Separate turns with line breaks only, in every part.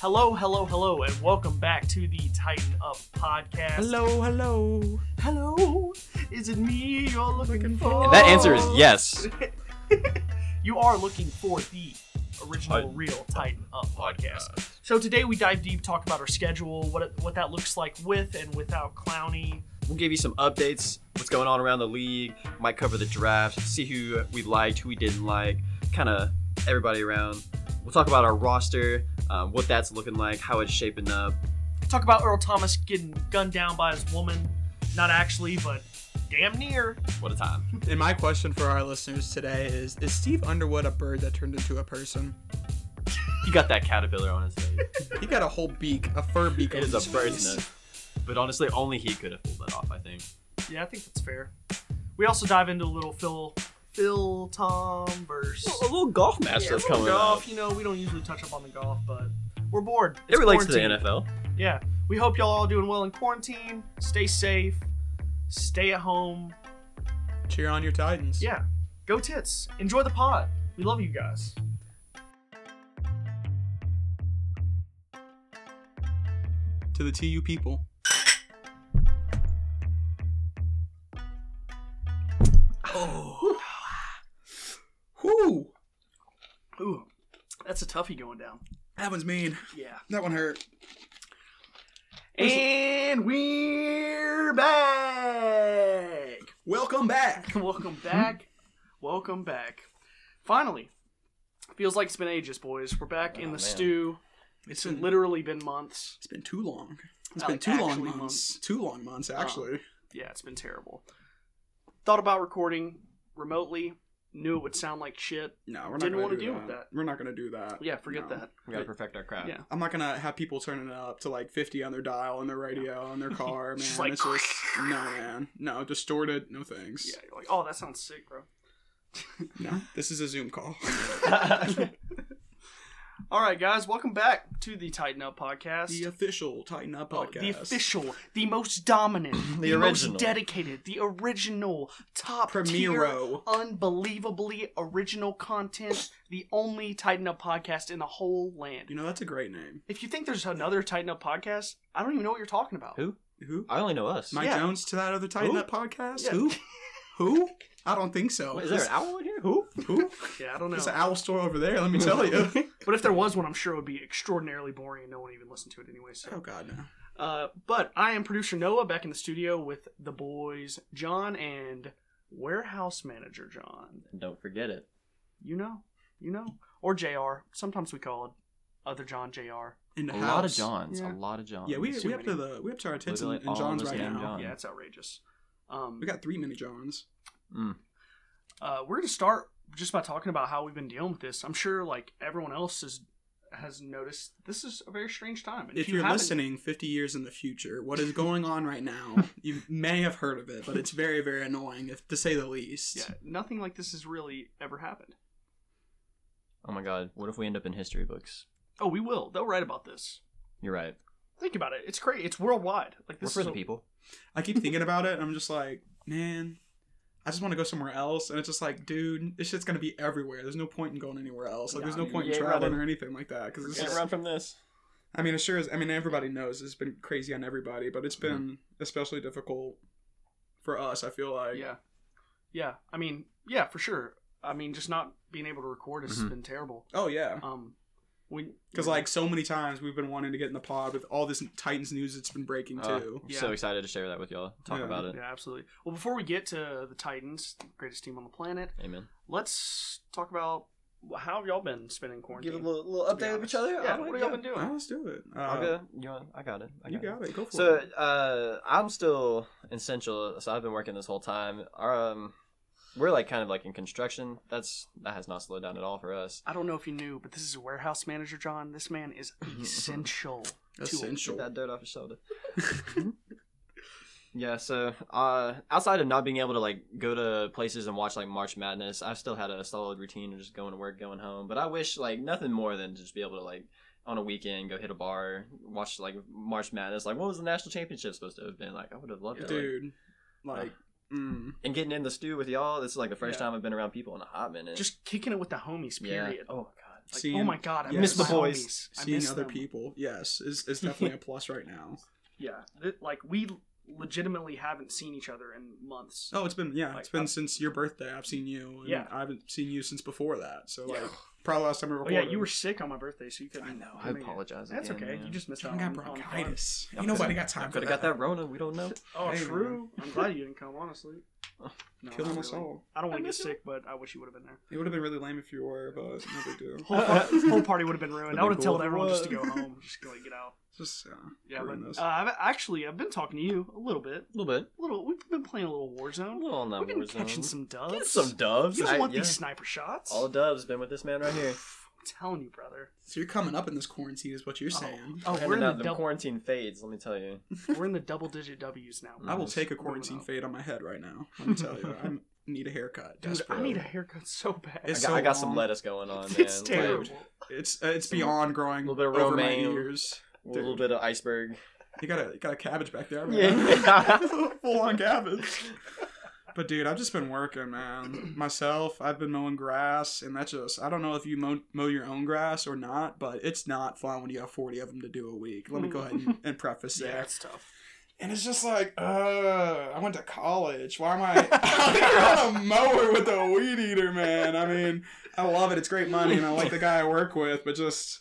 Hello, hello, hello, and welcome back to the Tighten Up podcast.
Hello, hello.
hello. Is it me you're looking for?
That answer is yes.
you are looking for the original
Titan
real Titan Up podcast.
Uh,
So today we dive deep, talk about our schedule, what it, what that looks like with and without Clowney.
We'll give you some updates, what's going on around the league, might cover the draft, see who we liked, who we didn't like, kind of everybody around. We'll talk about our roster, um, what that's looking like, how it's shaping up.
Talk about Earl Thomas getting gunned down by his woman, not actually, but damn near.
What a time.
And my question for our listeners today is Is Steve Underwood a bird that turned into a person?
He got that caterpillar on his face.
He got a whole beak, a fur beak.
it
on
is
his
a bird's
face.
nest. But honestly, only he could have pulled that off, I think.
Yeah, I think that's fair. We also dive into a little Phil Phil Tom verse.
A little golf match
Yeah,
that's
we're on
coming
golf,
up.
you know, we don't usually touch up on the golf, but we're bored.
It
It's
relates to the
quarantine.
NFL.
Yeah. We hope y'all all doing well in quarantine. Stay safe. Stay at home.
Cheer on your Titans.
Yeah. Go tits. Enjoy the pod. We love you guys.
To the TU people. Oh. Whoo.
Ooh. That's a toughie going down.
That one's mean.
Yeah.
That one hurt.
And we're back.
Welcome back.
Welcome back. Welcome back. Finally. Feels like it's been ages, boys. We're back in the
Oh, man.
stew. It's
been-
literally been months.
It's been too long. It's
Not
been
like
too long
Oh, actually
months.
months. Oh.
Too long months, actually.
yeah, it's been terrible. Thought about recording remotely, knew it would sound like shit.
No, we're not
Didn't
going
wanna
to
deal with that.
We're not going to do that.
Yeah, forget
No.
that.
We gotta perfect our craft.
Yeah.
I'm not gonna have people turning it up to like 50 on their dial on their radio on their car, man.
Just like-
it's just no, man. No, distorted. No thanks.
Yeah, you're like, oh, that sounds sick, bro.
No, this is a Zoom call.
All right, guys, welcome back to the Tighten Up podcast.
the official Tighten Up
Oh,
podcast.
the official, the most dominant,
The original.
most dedicated, the original, top tier,
Premiero.
unbelievably original content, the only Tighten Up podcast in the whole land.
You know that's a great name.
If you think there's another Tighten Up podcast, I don't even know what you're talking about.
Who?
Who?
I only know us.
Mike
Uh, Yeah.
Jones to that other Tighten
Who?
Up podcast?
Yeah.
Who? Who? I don't think so.
Wait, is there an owl in here? Who?
Who?
Yeah, I don't know.
There's an owl store over there. Let me tell you.
But if there was one, I'm sure it would be extraordinarily boring and no one even listened to it anyway.
oh
So,
God, no.
uh, but I am producer Noah back in the studio with the boys John and warehouse manager John.
Don't forget it.
You know, you know, or Jr. Sometimes we call it other John Jr.
In the
a
house.
lot of Johns.
Yeah.
A lot of Johns.
Yeah, we,
Too
we up to
many.
the we up to our tits and,
Literally
and
all of
Johns
us
right
named
now.
John.
Yeah, it's outrageous. Um,
We got three mini Johns.
Mm.
uh, we're gonna start just by talking about how we've been dealing with this. I'm sure like everyone else is has noticed this is a very strange time. And
if, you're
haven't-
listening 50 years in the future, what is going on right now, you may have heard of it, but it's very, very annoying, if to say the least.
yeah, nothing like this has really ever happened.
Oh my god. What if we end up in history books?
Oh, we will. They'll write about this.
You're right.
Think about it. It's crazy. It's worldwide. Like
We're
this
for
is
the
a-
people.
I keep thinking about it, and I'm just like, man, I just want to go somewhere else. And it's just like, dude, this shit's going to be everywhere. There's no point in going anywhere else. Like,
Nah,
there's no
dude,
point
you
in
ain't
traveling
running.
or anything like that. Because
Can't
it's,
run
from this.
I mean, it sure is. I mean, everybody knows it's been crazy on everybody, but it's
Mm-hmm.
been especially difficult for us, I feel like.
Yeah, yeah. I mean, yeah, for sure. I mean, just not being able to record has
Mhm.
been terrible.
Oh, yeah.
Um, when
Because, like, so many times we've been wanting to get in the pod with all this Titans news that's been breaking,
Uh,
too.
I'm
Yeah.
So excited to share that with y'all. Talk
Yeah.
about it.
yeah, absolutely. Well, before we get to the Titans, the greatest team on the planet,
Amen.
let's talk about how have y'all been spending quarantine?
little, little
to be honest. Yeah, what have y'all been
Oh,
doing?
let's do it. Uh,
I'll go. You want, I got it. I
You
got it.
got it. Go for
So
it.
uh, I'm still essential. So I've been working this whole time. Our, um, we're like kind of like in construction. That's that has not slowed down at all for us.
I don't know if you knew, but this is a warehouse manager, John. This man is
Mm-hmm.
essential.
Get
Essential.
that dirt off your shoulder. yeah. So uh, outside of not being able to like go to places and watch like March Madness, I've still had a solid routine of just going to work, going home. But I wish like nothing more than just be able to like on a weekend go hit a bar, watch like March Madness. Like what was the national championship supposed to have been? Like I would have loved it. Like,
Dude,
uh,
like, mm,
and getting in the stew with y'all. This is like the first
Yeah.
time I've been around people in a hot minute.
Just kicking it with the homies.
yeah.
Period.
Oh my god. that. Like,
Seeing-
oh my god, I
yes.
miss
Miss
the
the
boys. I
seeing
miss
other
them.
people, yes, is, is definitely a plus right now.
Yeah, th- like we legitimately haven't seen each other in months.
Oh, it's been yeah,
Like,
it's been
uh,
since your birthday. I've seen you. And
Yeah.
I haven't seen you since before that. So
Yeah.
like, probably last time we
Oh
recorded.
yeah, you were sick on my birthday, so you couldn't.
I know,
I
couldn't make it.
apologize.
Oh, That's
again,
okay.
man.
You just missed out.
I got
on- on-
bronchitis.
Y'all
Ain't nobody
could've-
got time
y'all
for
could've got
that.
that Rona. We don't know.
Oh,
Hey,
true. I'm glad you didn't come. Honestly, no, not
Killing us
really.
all.
I don't want
I
to get
miss you.
sick, but I wish you would have been there.
It would have been really lame if you were, but no big deal.
Whole, par- whole party would have been ruined. I would
Would've
have
been
told
cool if it
everyone just to go
was.
home, just go, like get out.
Just uh,
Yeah,
ruin
but
this.
uh, I've, actually, I've been talking to you a little bit.
A little bit.
A little. We've been playing a little
A
Warzone.
little on that
We've been
Warzone.
catching some doves.
Get some doves.
You don't
I-
want
yeah.
these sniper shots.
All doves been with this man right here.
I'm telling you, brother.
so you're coming up in this quarantine, is what you're saying.
Oh,
Handing
we're in
out
the
them
double.
quarantine fades. Let me tell you.
we're in the double digit W's now.
I will
Nice.
take a
Moving
quarantine
up.
fade on my head right now. Let me tell you, I need a haircut.
Dude,
desperate.
I need a haircut so bad.
I got,
It's
I got
so
some
long.
lettuce going on, man.
it's
Like,
terrible.
It's uh, it's
Some-
beyond growing
little bit of
over my
romaine.
ears.
a little bit of iceberg.
You got a you got a cabbage back there.
Yeah.
full on cabbage. But dude, I've just been working, man. Myself, I've been mowing grass, and that's just I don't know if you mow, mow your own grass or not, but it's not fun when you have forty of them to do a week. Let me go ahead and, and preface
Yeah,
there.
it's tough.
And it's just like, uh, I went to college. Why am I? I'm not a mower with a weed eater, man. I mean, I love it. It's great money, and I like the guy I work with, but just.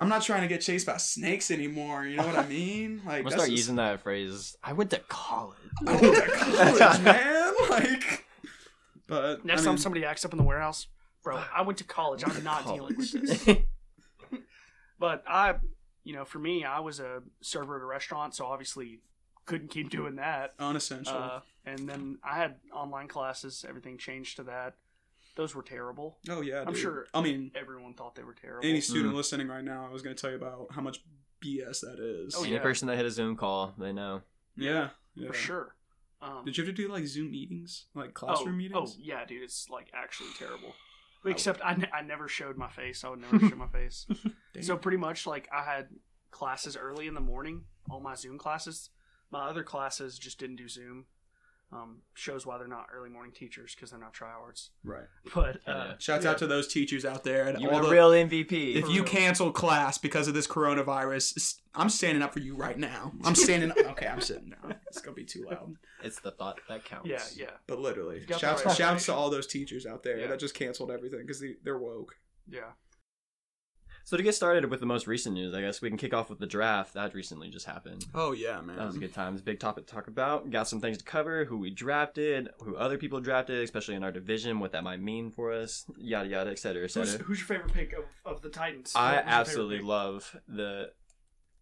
I'm not trying to get chased by snakes anymore. You know what I mean? Like,
I'm gonna
that's
start
just-
using that phrase. I went to college.
I went to college, man. Like, but
Next
I
time
mean,
somebody acts up in the warehouse, bro, I went to college. I'm not dealing with this. But I, you know, for me, I was a server at a restaurant, so obviously couldn't keep doing that.
unessential.
Uh, and then I had online classes. Everything changed to that. Those were terrible.
oh yeah,
I'm
dude.
sure-
I mean,
Everyone thought they were terrible.
Mm.
any student listening right now, I was going to tell you about how much BS that is.
Oh,
Any
yeah.
person that hit a Zoom call, they know.
yeah, yeah.
for sure. Um,
Did you have to do like Zoom meetings, like classroom
oh,
meetings?
Oh yeah, dude, it's like actually terrible.
I-
Except I, ne- I never showed my face. I would never show my face.
Damn.
So pretty much like I had classes early in the morning. All my Zoom classes. My other classes just didn't do Zoom. Um, shows why they're not early morning teachers because they're not tryouts.
right.
But uh,
Yeah.
Shouts out to those teachers out there and
You
all
were
the.
a real MVP.
if
for
you
real.
cancel class because of this coronavirus, s- I'm standing up for you right now. I'm standing. okay, I'm sitting down. It's gonna be too loud.
it's the thought that counts.
yeah, yeah,
But literally,
You got the
shouts,
right
shouts to
information.
all those teachers out there
Yeah.
that just canceled everything because they, they're woke.
yeah.
So to get started with the most recent news, I guess we can kick off with the draft that recently just happened.
Oh yeah, man.
That was a good time. It's a big topic to talk about. Got some things to cover. Who we drafted, who other people drafted, especially in our division, what that might mean for us, yada yada, et cetera, et
Who's,
cetera.
who's your favorite pick of, of the Titans?
I
Who's your favorite
absolutely
pick?
love the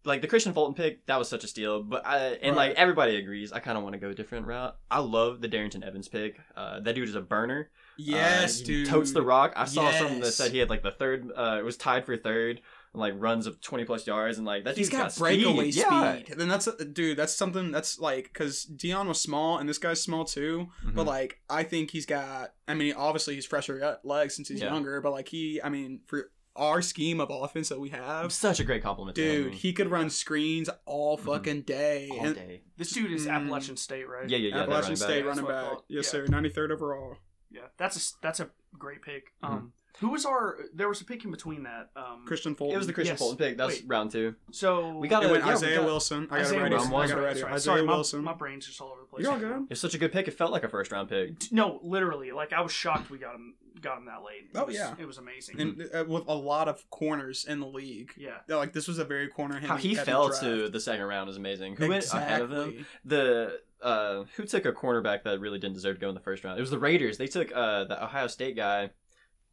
like the Christian Fulton pick. That was such a steal. But I and
Right.
like everybody agrees, I kind of want to go a different route. I love the Darrington Evans pick. Uh, that dude is a burner.
Yes,
Uh, he
dude.
Totes the rock. I saw something that
Yes.
said he had like the third. Uh, it was tied for third. and, Like runs of twenty plus yards and like that
He's
dude's
got,
got,
breakaway speed.
speed. Yeah.
And that's uh, dude. That's something that's like because Dion was small and this guy's small too. But
Mhm.
like I think he's got. I mean, obviously he's fresher at legs since he's
Yeah.
younger. But like he, I mean, for our scheme of offense that we have,
such a great compliment, to him, I
dude,
mean.
he could run screens all
Mhm.
fucking day.
all
and
day.
This dude is
Mm.
Appalachian State, right?
Yeah, yeah, yeah. that
Appalachian
running back.
State
back.
running
That's what I
back.
thought.
Yes,
Yeah.
sir. Ninety third overall.
Mm-hmm.
yeah. That's a s- that's a great pick. Um, who was our? There was a pick in between that. Um,
Christian Fulton.
It was the Christian
Yes.
Fulton pick. That's
Wait.
round two.
so
We got
It
a-
went
yeah, we
Isaiah
got-
Wilson. I got
Isaiah
it right.
Wilson.
I got it
That's
right.
right.
Isaiah
Sorry, my,
Wilson.
My brain's just all over the place.
You're all
right
good.
now.
It's such a good pick. It felt like a first round pick.
D- No, literally, like I was shocked we got him got him that late. It
Oh,
was-
yeah.
it was amazing.
and
Mm-hmm.
uh, with a lot of corners in the league.
yeah,
Yeah, Like this was a very corner.
How he
heavy
fell
draft.
to the second round is amazing. Who
exactly.
went ahead of him? The uh, who took a cornerback that really didn't deserve to go in the first round? It was the Raiders. They took uh, the Ohio State guy.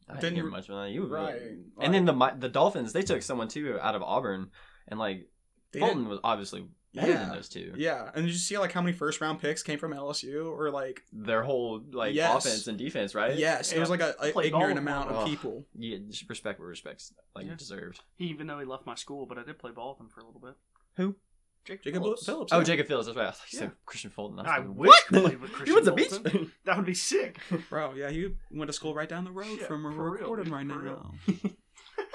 I didn't,
Didn't
hear
re-
much of that. You were
Right.
really- And then the Mi- the Dolphins, they took someone too out of Auburn, and like
They didn't-
Fulton was obviously better than
yeah.
those two.
Yeah, and did you see like how many first round picks came from LSU or like
Their whole like
Yes.
offense and defense, right?
yes, it was like a, a
Played all of
ignorant
them.
amount of
Ugh.
people.
yeah just respect what respects like
Yeah.
deserved.
he, even though he left my school, but I did play ball with him for a little bit.
Who?
Jake.
Jacob
Phillips.
Phillips. Phillips
Oh,
yeah.
Jacob Phillips. That's right. I thought you
Yeah.
said Christian Fulton. was
I
thinking,
wish we played with
he
Christian
went to
Fulton.
beach.
That would be sick.
Bro, yeah, he went to school right down the road
Shit,
from where
for
we're
real,
recording
dude,
right
for
now.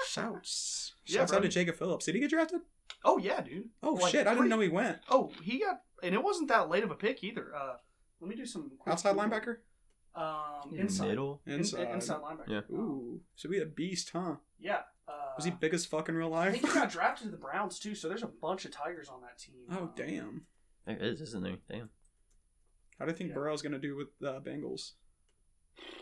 Shouts!
Yeah,
Shouts out
bro.
to Jacob Phillips. Did he get drafted?
Oh yeah, dude.
Oh
Like,
shit, I didn't
pretty-
know he went.
Oh, he got, and it wasn't that late of a pick either. Uh, let me do some quick
Outside
Google.
linebacker.
Um,
Yeah.
inside.
Middle.
In-
Inside.
inside linebacker.
Yeah.
Ooh. So we had a beast, huh?
Yeah. Uh,
Was he big as fuck in real
I
life?
think he got drafted to the Browns too, so there's a bunch of Tigers on that team.
oh
Um,
damn.
There it is, isn't there? Damn.
How do you think
Yeah.
Burrow's gonna do with the Bengals?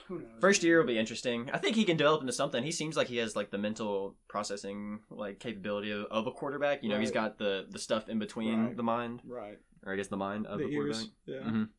Who knows?
First year will be interesting. I think he can develop into something. He seems like he has like the mental processing like capability of, of a quarterback. You know, he's
Right.
got the the stuff in between
Right.
the mind,
Right.
or I guess the mind of
the
the, quarterback.
ears. Yeah.
Mm-hmm.
Mhm.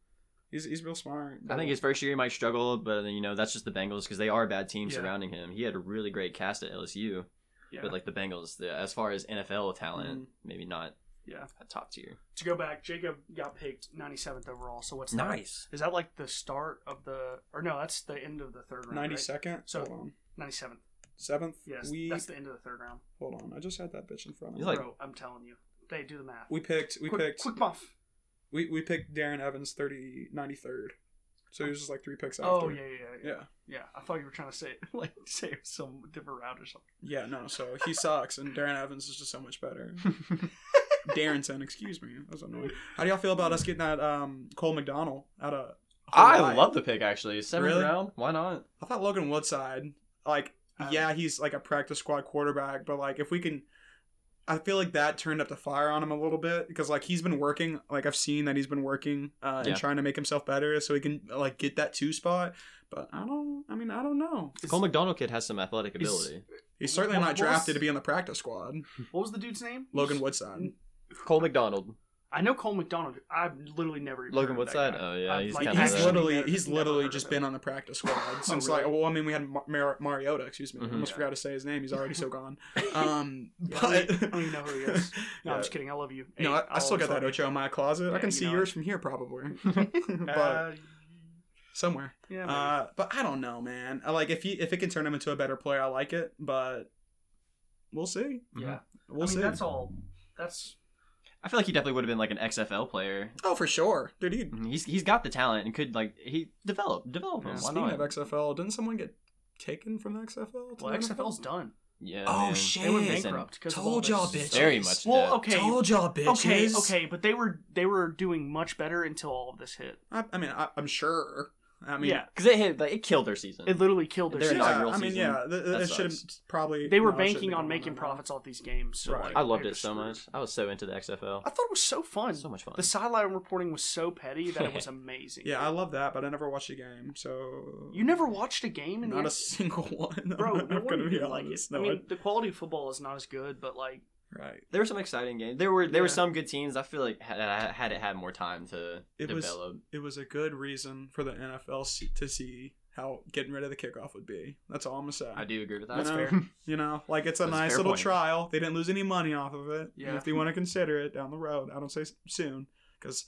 He's he's real smart.
I think his first year he might struggle, but then, you know that's just the Bengals because they are a bad team
Yeah.
surrounding him. He had a really great cast at LSU,
Yeah. Mm.
but like the Bengals, the, as far as NFL talent, maybe not
Yeah.
a top tier.
to go back, Jacob got picked 97th overall. So what's that?
Nice.
Is that like the start of the or no? That's the end of the third round.
ninety
Ninety
second.
So-
hold on.
Ninety seventh.
Seventh.
Yes,
we
that's the end of the third round.
hold on. I just had that bitch in front of
He's
me.
like-
Bro, I'm telling you, they do the math.
we picked. We
quick,
picked.
quick muff.
We, we picked Darren Evans 30, 93rd. So he was just like three picks after.
Oh yeah, yeah, yeah, yeah,
Yeah.
yeah. I thought you were trying to say like say some different route or something.
Yeah, no. So he sucks, and Darren Evans is just so much better. Darrenton, excuse me. That was annoying. How do y'all feel about us getting that um, Cole McDonald out of.
I
Hawaii?
love the pick actually. Seventh
Really?
round. Why not?
I thought Logan Woodside, like,
Um,
yeah, he's like a practice squad quarterback, but like if we can, I feel like that turned up the fire on him a little bit because like he's been working, like I've seen that he's been working uh,
Yeah.
and trying to make himself better so he can like get that two spot. But I don't, I mean, I don't know.
Is-
Cole McDonald kid has some athletic
is-
ability.
He's certainly
Well,
not
well, s-
drafted to be on the practice squad.
What was the dude's name?
Logan Woodside.
n-
Cole McDonald.
I know Cole McDonald. I've literally never even
Logan
heard of that
Woodside.
guy.
Oh yeah,
I'd
he's
like
kind
He's
actually
of.
literally
never-
he's
never
literally
heard of
just
him.
been on the practice squad since like
really?
well I mean we had Mar- Mar- Mariota excuse me I
Mhm.
almost
Yeah.
forgot to say his name he's already so gone um
Yeah, I
but
don't even- I don't even know who he is. No,
Yeah.
I'm just kidding. I love you.
No,
Hey,
I, I still got that
always
Ocho in my closet.
Yeah,
I can
you
see
know
yours from here probably,
love you.
but
Uh,
somewhere.
yeah, maybe.
Uh, but I don't know, man. I like if he if it can turn him into a better player, I like it. But we'll see.
yeah.
mm-hmm. We'll
I mean,
see.
that's all. That's
I feel like he definitely would have been like an XFL player. Mm,
Oh, for sure, dude. He,
He's he's got the talent and could like he develop
Oh,
develop him. Why
speaking
not?
of XFL, didn't someone get taken from the XFL? to
well,
the
XFL's
NFL?
done.
yeah.
Oh
man.
shit!
They went
Listen,
bankrupt because
told y'all, bitch.
Very much.
Well,
debt.
okay,
Told y'all, bitches.
okay, okay, but they were they were doing much better until all of this hit.
I, I mean, I, I'm sure. I mean,
yeah,
Because it hit, like, it killed their season.
it literally killed their.
They're
season.
yeah,
inaugural
I mean,
season.
yeah. Th- th-
That
it should have
sucks.
probably.
They were
no, it shouldn't
banking
be
on
going
making
that long.
profits off these games. So
Right.
like,
I loved
they're
it so
screwed.
much. I was so into the XFL.
I thought it was so fun.
So much fun.
The sideline reporting was so petty that it was amazing.
Yeah, I love that, but I never watched a game, so
you never watched a game in
not
the
a single one.
bro.
I'm
No
not
wonder
gonna
you
be
didn't like it.
honest. No,
I mean, the quality of football is not as good, but like
I- right.
there were some exciting games. There were there were
Yeah.
some good teams. I feel like had, had it had more time to
It was-
develop.
It was a good reason for the NFL se- to see how getting rid of the kickoff would be. That's all I'm gonna say.
I do agree with that.
That's
You know?
fair. You know, like it's a
That's a
nice
fair
little
point.
trial. They didn't lose any money off of it.
Yeah.
And if they want to consider it down the road, I don't say s- soon because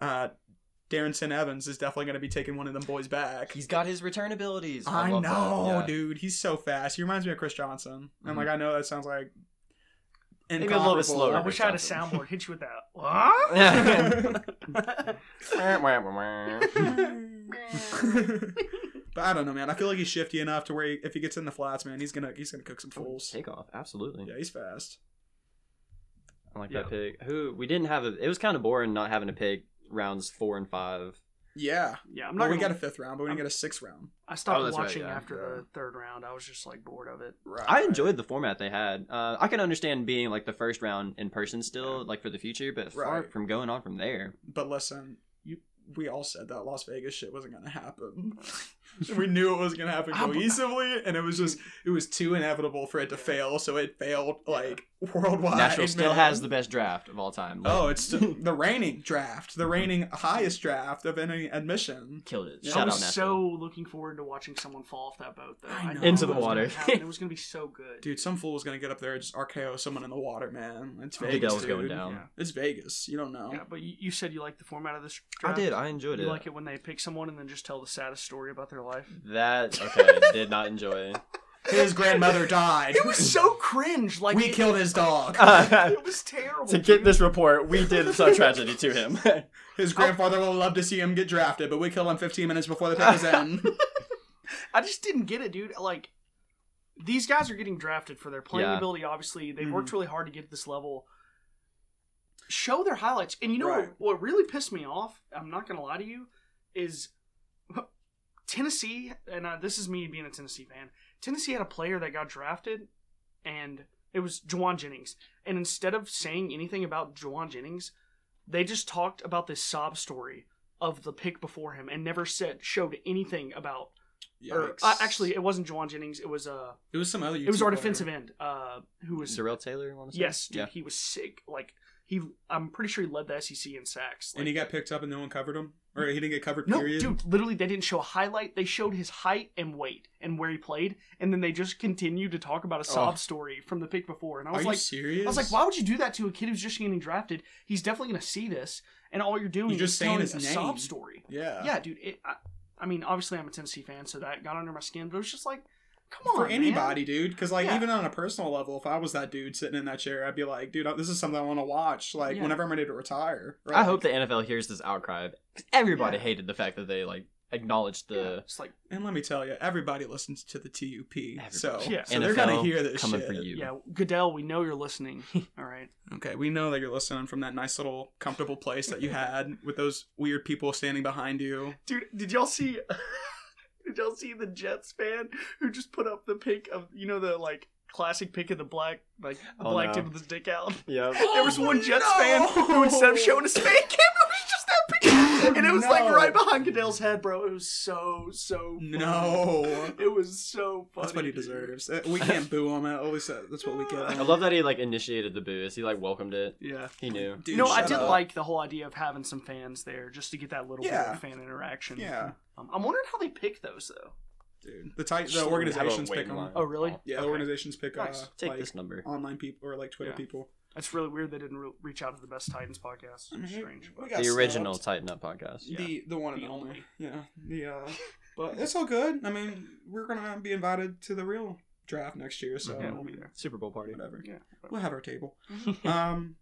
uh, Darren Sin Evans is definitely gonna be taking one of them boys back.
He's got his return abilities.
I,
love that.
know,
Yeah.
dude. He's so fast. He reminds me of Chris Johnson. And
Mhm.
like I know that sounds like
Maybe a little bit
incomparable.
slower.
I wish I had a
Something.
soundboard. Hit you with that.
Yeah.
What?
but I don't know, man. I feel like he's shifty enough to where he, if he gets in the flats, man, he's gonna he's gonna cook some fools.
Take off, absolutely.
Yeah, he's fast.
I like
Yeah.
that pick. Who we didn't have. A, it was kind of boring not having to pick rounds four and five.
Yeah.
yeah, I'm
I'm
not.
we
gonna,
got a fifth round, but we didn't get a sixth round.
I stopped
Oh, that's right,
watching
yeah.
after
Yeah.
the third round. I was just like bored of it.
Right.
I enjoyed the format they had. Uh, I can understand being like the first round in person still, like for the future, but far
Right.
from going on from there.
But listen, you we all said that Las Vegas shit wasn't gonna happen. we knew it was gonna happen
I'm-
cohesively, and it was just it was too inevitable for it to fail, so it failed like worldwide.
Nashville still
man.
has the best draft of all time. Like,
Oh, it's st- the reigning draft, the reigning highest draft of any admission.
killed it!
Yeah.
I
Shout
was
out Nashville.
so looking forward to watching someone fall off that boat, though.
I know.
knew
Into
it
the
was
water.
gonna happen. it was gonna be so good.
Dude, some fool was gonna get up there and just RKO someone in the water, man. It's
I think that
Vegas,
was going
dude.
down.
Yeah.
It's Vegas. You don't know.
Yeah, but you, you said you liked the format of this.
I
Draft.
did. I enjoyed
You
it.
like it when they pick someone and then just tell the saddest story about their life.
That okay? did not enjoy.
His grandmother died.
It was so cringe. Like
we
it,
killed his dog.
It was terrible.
to get
dude.
this report, we did some tragedy to him.
His grandfather would love to see him get drafted, but we killed him 15 minutes before the pick was in.
I just didn't get it, dude. Like these guys are getting drafted for their playing
Yeah.
ability. Obviously, they
Mhm.
worked really hard to get to this level. Show their highlights, and you know
Right.
what, what really pissed me off. I'm not gonna lie to you, is Tennessee, and uh, this is me being a Tennessee fan. Tennessee had a player that got drafted, and it was Juwan Jennings. And instead of saying anything about Juwan Jennings, they just talked about this sob story of the pick before him and never said showed anything about. Or uh,
Yikes.
actually, it wasn't Juwan Jennings. It was uh,
it was some other.
it was
UT
our
player.
defensive end. Uh, who was
Darrell Taylor, I want to say.
yes, dude,
Yeah.
he was sick. Like he, I'm pretty sure he led the SEC in sacks. Like,
and he got picked up, and no one covered him, or he didn't get covered.
No,
period.
dude, literally, they didn't show a highlight. They showed his height and weight and where he played, and then they just continued to talk about a sob
Oh.
story from the pick before. And I
Are
was
you
like,
serious?
I was like, why would you do that to a kid who's just getting drafted? He's definitely gonna see this, and all you're doing
You're just
is
saying
telling
his
a
name.
sob story.
Yeah.
yeah, dude. It, I, I mean, obviously, I'm a Tennessee fan, so that got under my skin. But it was just like, come on,
For
man.
anybody, dude, because like
Yeah.
even on a personal level, if I was that dude sitting in that chair, I'd be like, dude, this is something I want to watch. Like
Yeah.
whenever I'm ready to retire. or,
I
like-
hope the NFL hears this outcry. 'cause Everybody
Yeah.
hated the fact that they like acknowledged
Yeah,
the
it's like,
And let me tell you, everybody listens to the TUP, so,
Yeah.
so they're gonna
NFL
hear this
coming
shit.
for you.
yeah, Goodell, we know you're listening. All right.
Okay, we know that you're listening from that nice little comfortable place that you had with those weird people standing behind you.
Dude, did y'all see? did y'all see the Jets fan who just put up the pic of you know the like classic pic of the black like the
Oh,
black
no.
tip with his dick out?
Yeah.
there was
Oh,
one Jets fan who instead of showing his fan cam, it was just that picture, and it was like
No.
right behind Goodell's head, bro. It was so so funny.
No.
It was so funny.
That's what he
dude.
deserves. Uh, We can't boo him. At least that- uh, that's what we give
I
him.
love that he like initiated the booze. He like welcomed it.
Yeah.
He knew.
Dude,
no, I
shut
did
up.
like the whole idea of having some fans there just to get that little
Yeah.
bit of fan interaction.
Yeah.
Um, I'm wondering how they pick those though.
Dude, the type,
Just
the
have a
organizations pick
waiting
them.
line.
Oh, really?
Yeah,
Okay.
the organizations pick
Nice.
uh,
Take
like
this number.
online people or like Twitter
Yeah.
people.
That's really weird. They didn't re- reach out to the best Titans podcast.
Mm-hmm.
Strange.
we got
The original
snubbed.
Tighten Up podcast.
Yeah.
the the one and
The
only.
only.
Yeah, the uh, but it's all good. I mean, we're gonna be invited to the real draft next year, so
Yeah,
I
we'll be
mean,
there.
Super Bowl party.
whatever.
Yeah.
We'll have our table.
Mm-hmm.
Um,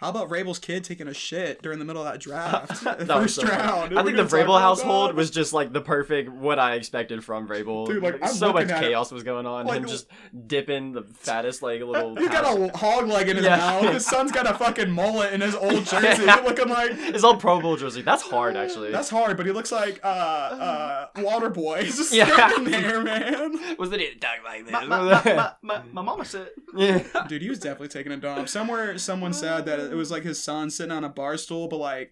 how about Vrabel's kid taking a shit during the middle of that draft?
That was
First
so funny.
round.
I
We're
think the
gonna talk
Vrabel
about
household
that?
was just like the perfect what I expected from Vrabel.
Dude, like, I'm
so much
looking at it,
chaos was going on.
like-
Him just dipping the fattest like little.
He's got a hog leg in his
Yeah.
mouth. His son's got a fucking mullet in his old jersey. He's looking like
It's all Pro Bowl jersey. That's hard actually.
that's hard, but he looks like uh uh Waterboy. He's just
Yeah.
standing there, man.
was it didn't talk like
My, my, my, my, my mama said.
yeah.
Dude, he was definitely taking a dump. Somewhere, someone said that it was like his son sitting on a bar stool, but like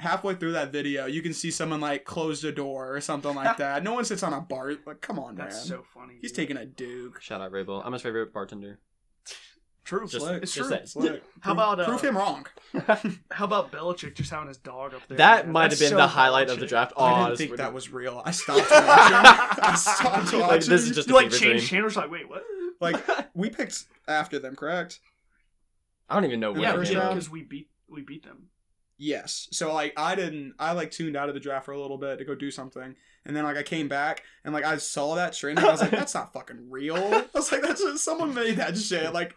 halfway through that video, you can see someone like close the door or something like that. No one sits on a bar. Like, come on, man.
That's so funny.
He's
dude.
taking a Duke.
Shout out Vrabel. I'm his favorite bartender.
True,
Just-
slick.
it's
just
true.
that.
Slick.
How
Prove-
about, uh,
prove him wrong?
How about Belichick just having his dog up there?
That
man?
might
That's
have
so
been the highlight of the
Belichick.
draft. Oh,
I didn't
honestly.
think that was real. I stopped watching. I stopped watching.
Like, this is just
You
a
like
fever
change
dream.
channels? Like, wait, what?
like we picked after them, correct?
I don't even know
Yeah,
what.
yeah,
it
first
is.
round.
because we beat we beat them.
Yes. So like I didn't I like tuned out of the draft for a little bit to go do something. And then like I came back and like I saw that trend and I was like, that's not fucking real. I was like, that's just, someone made that shit. Like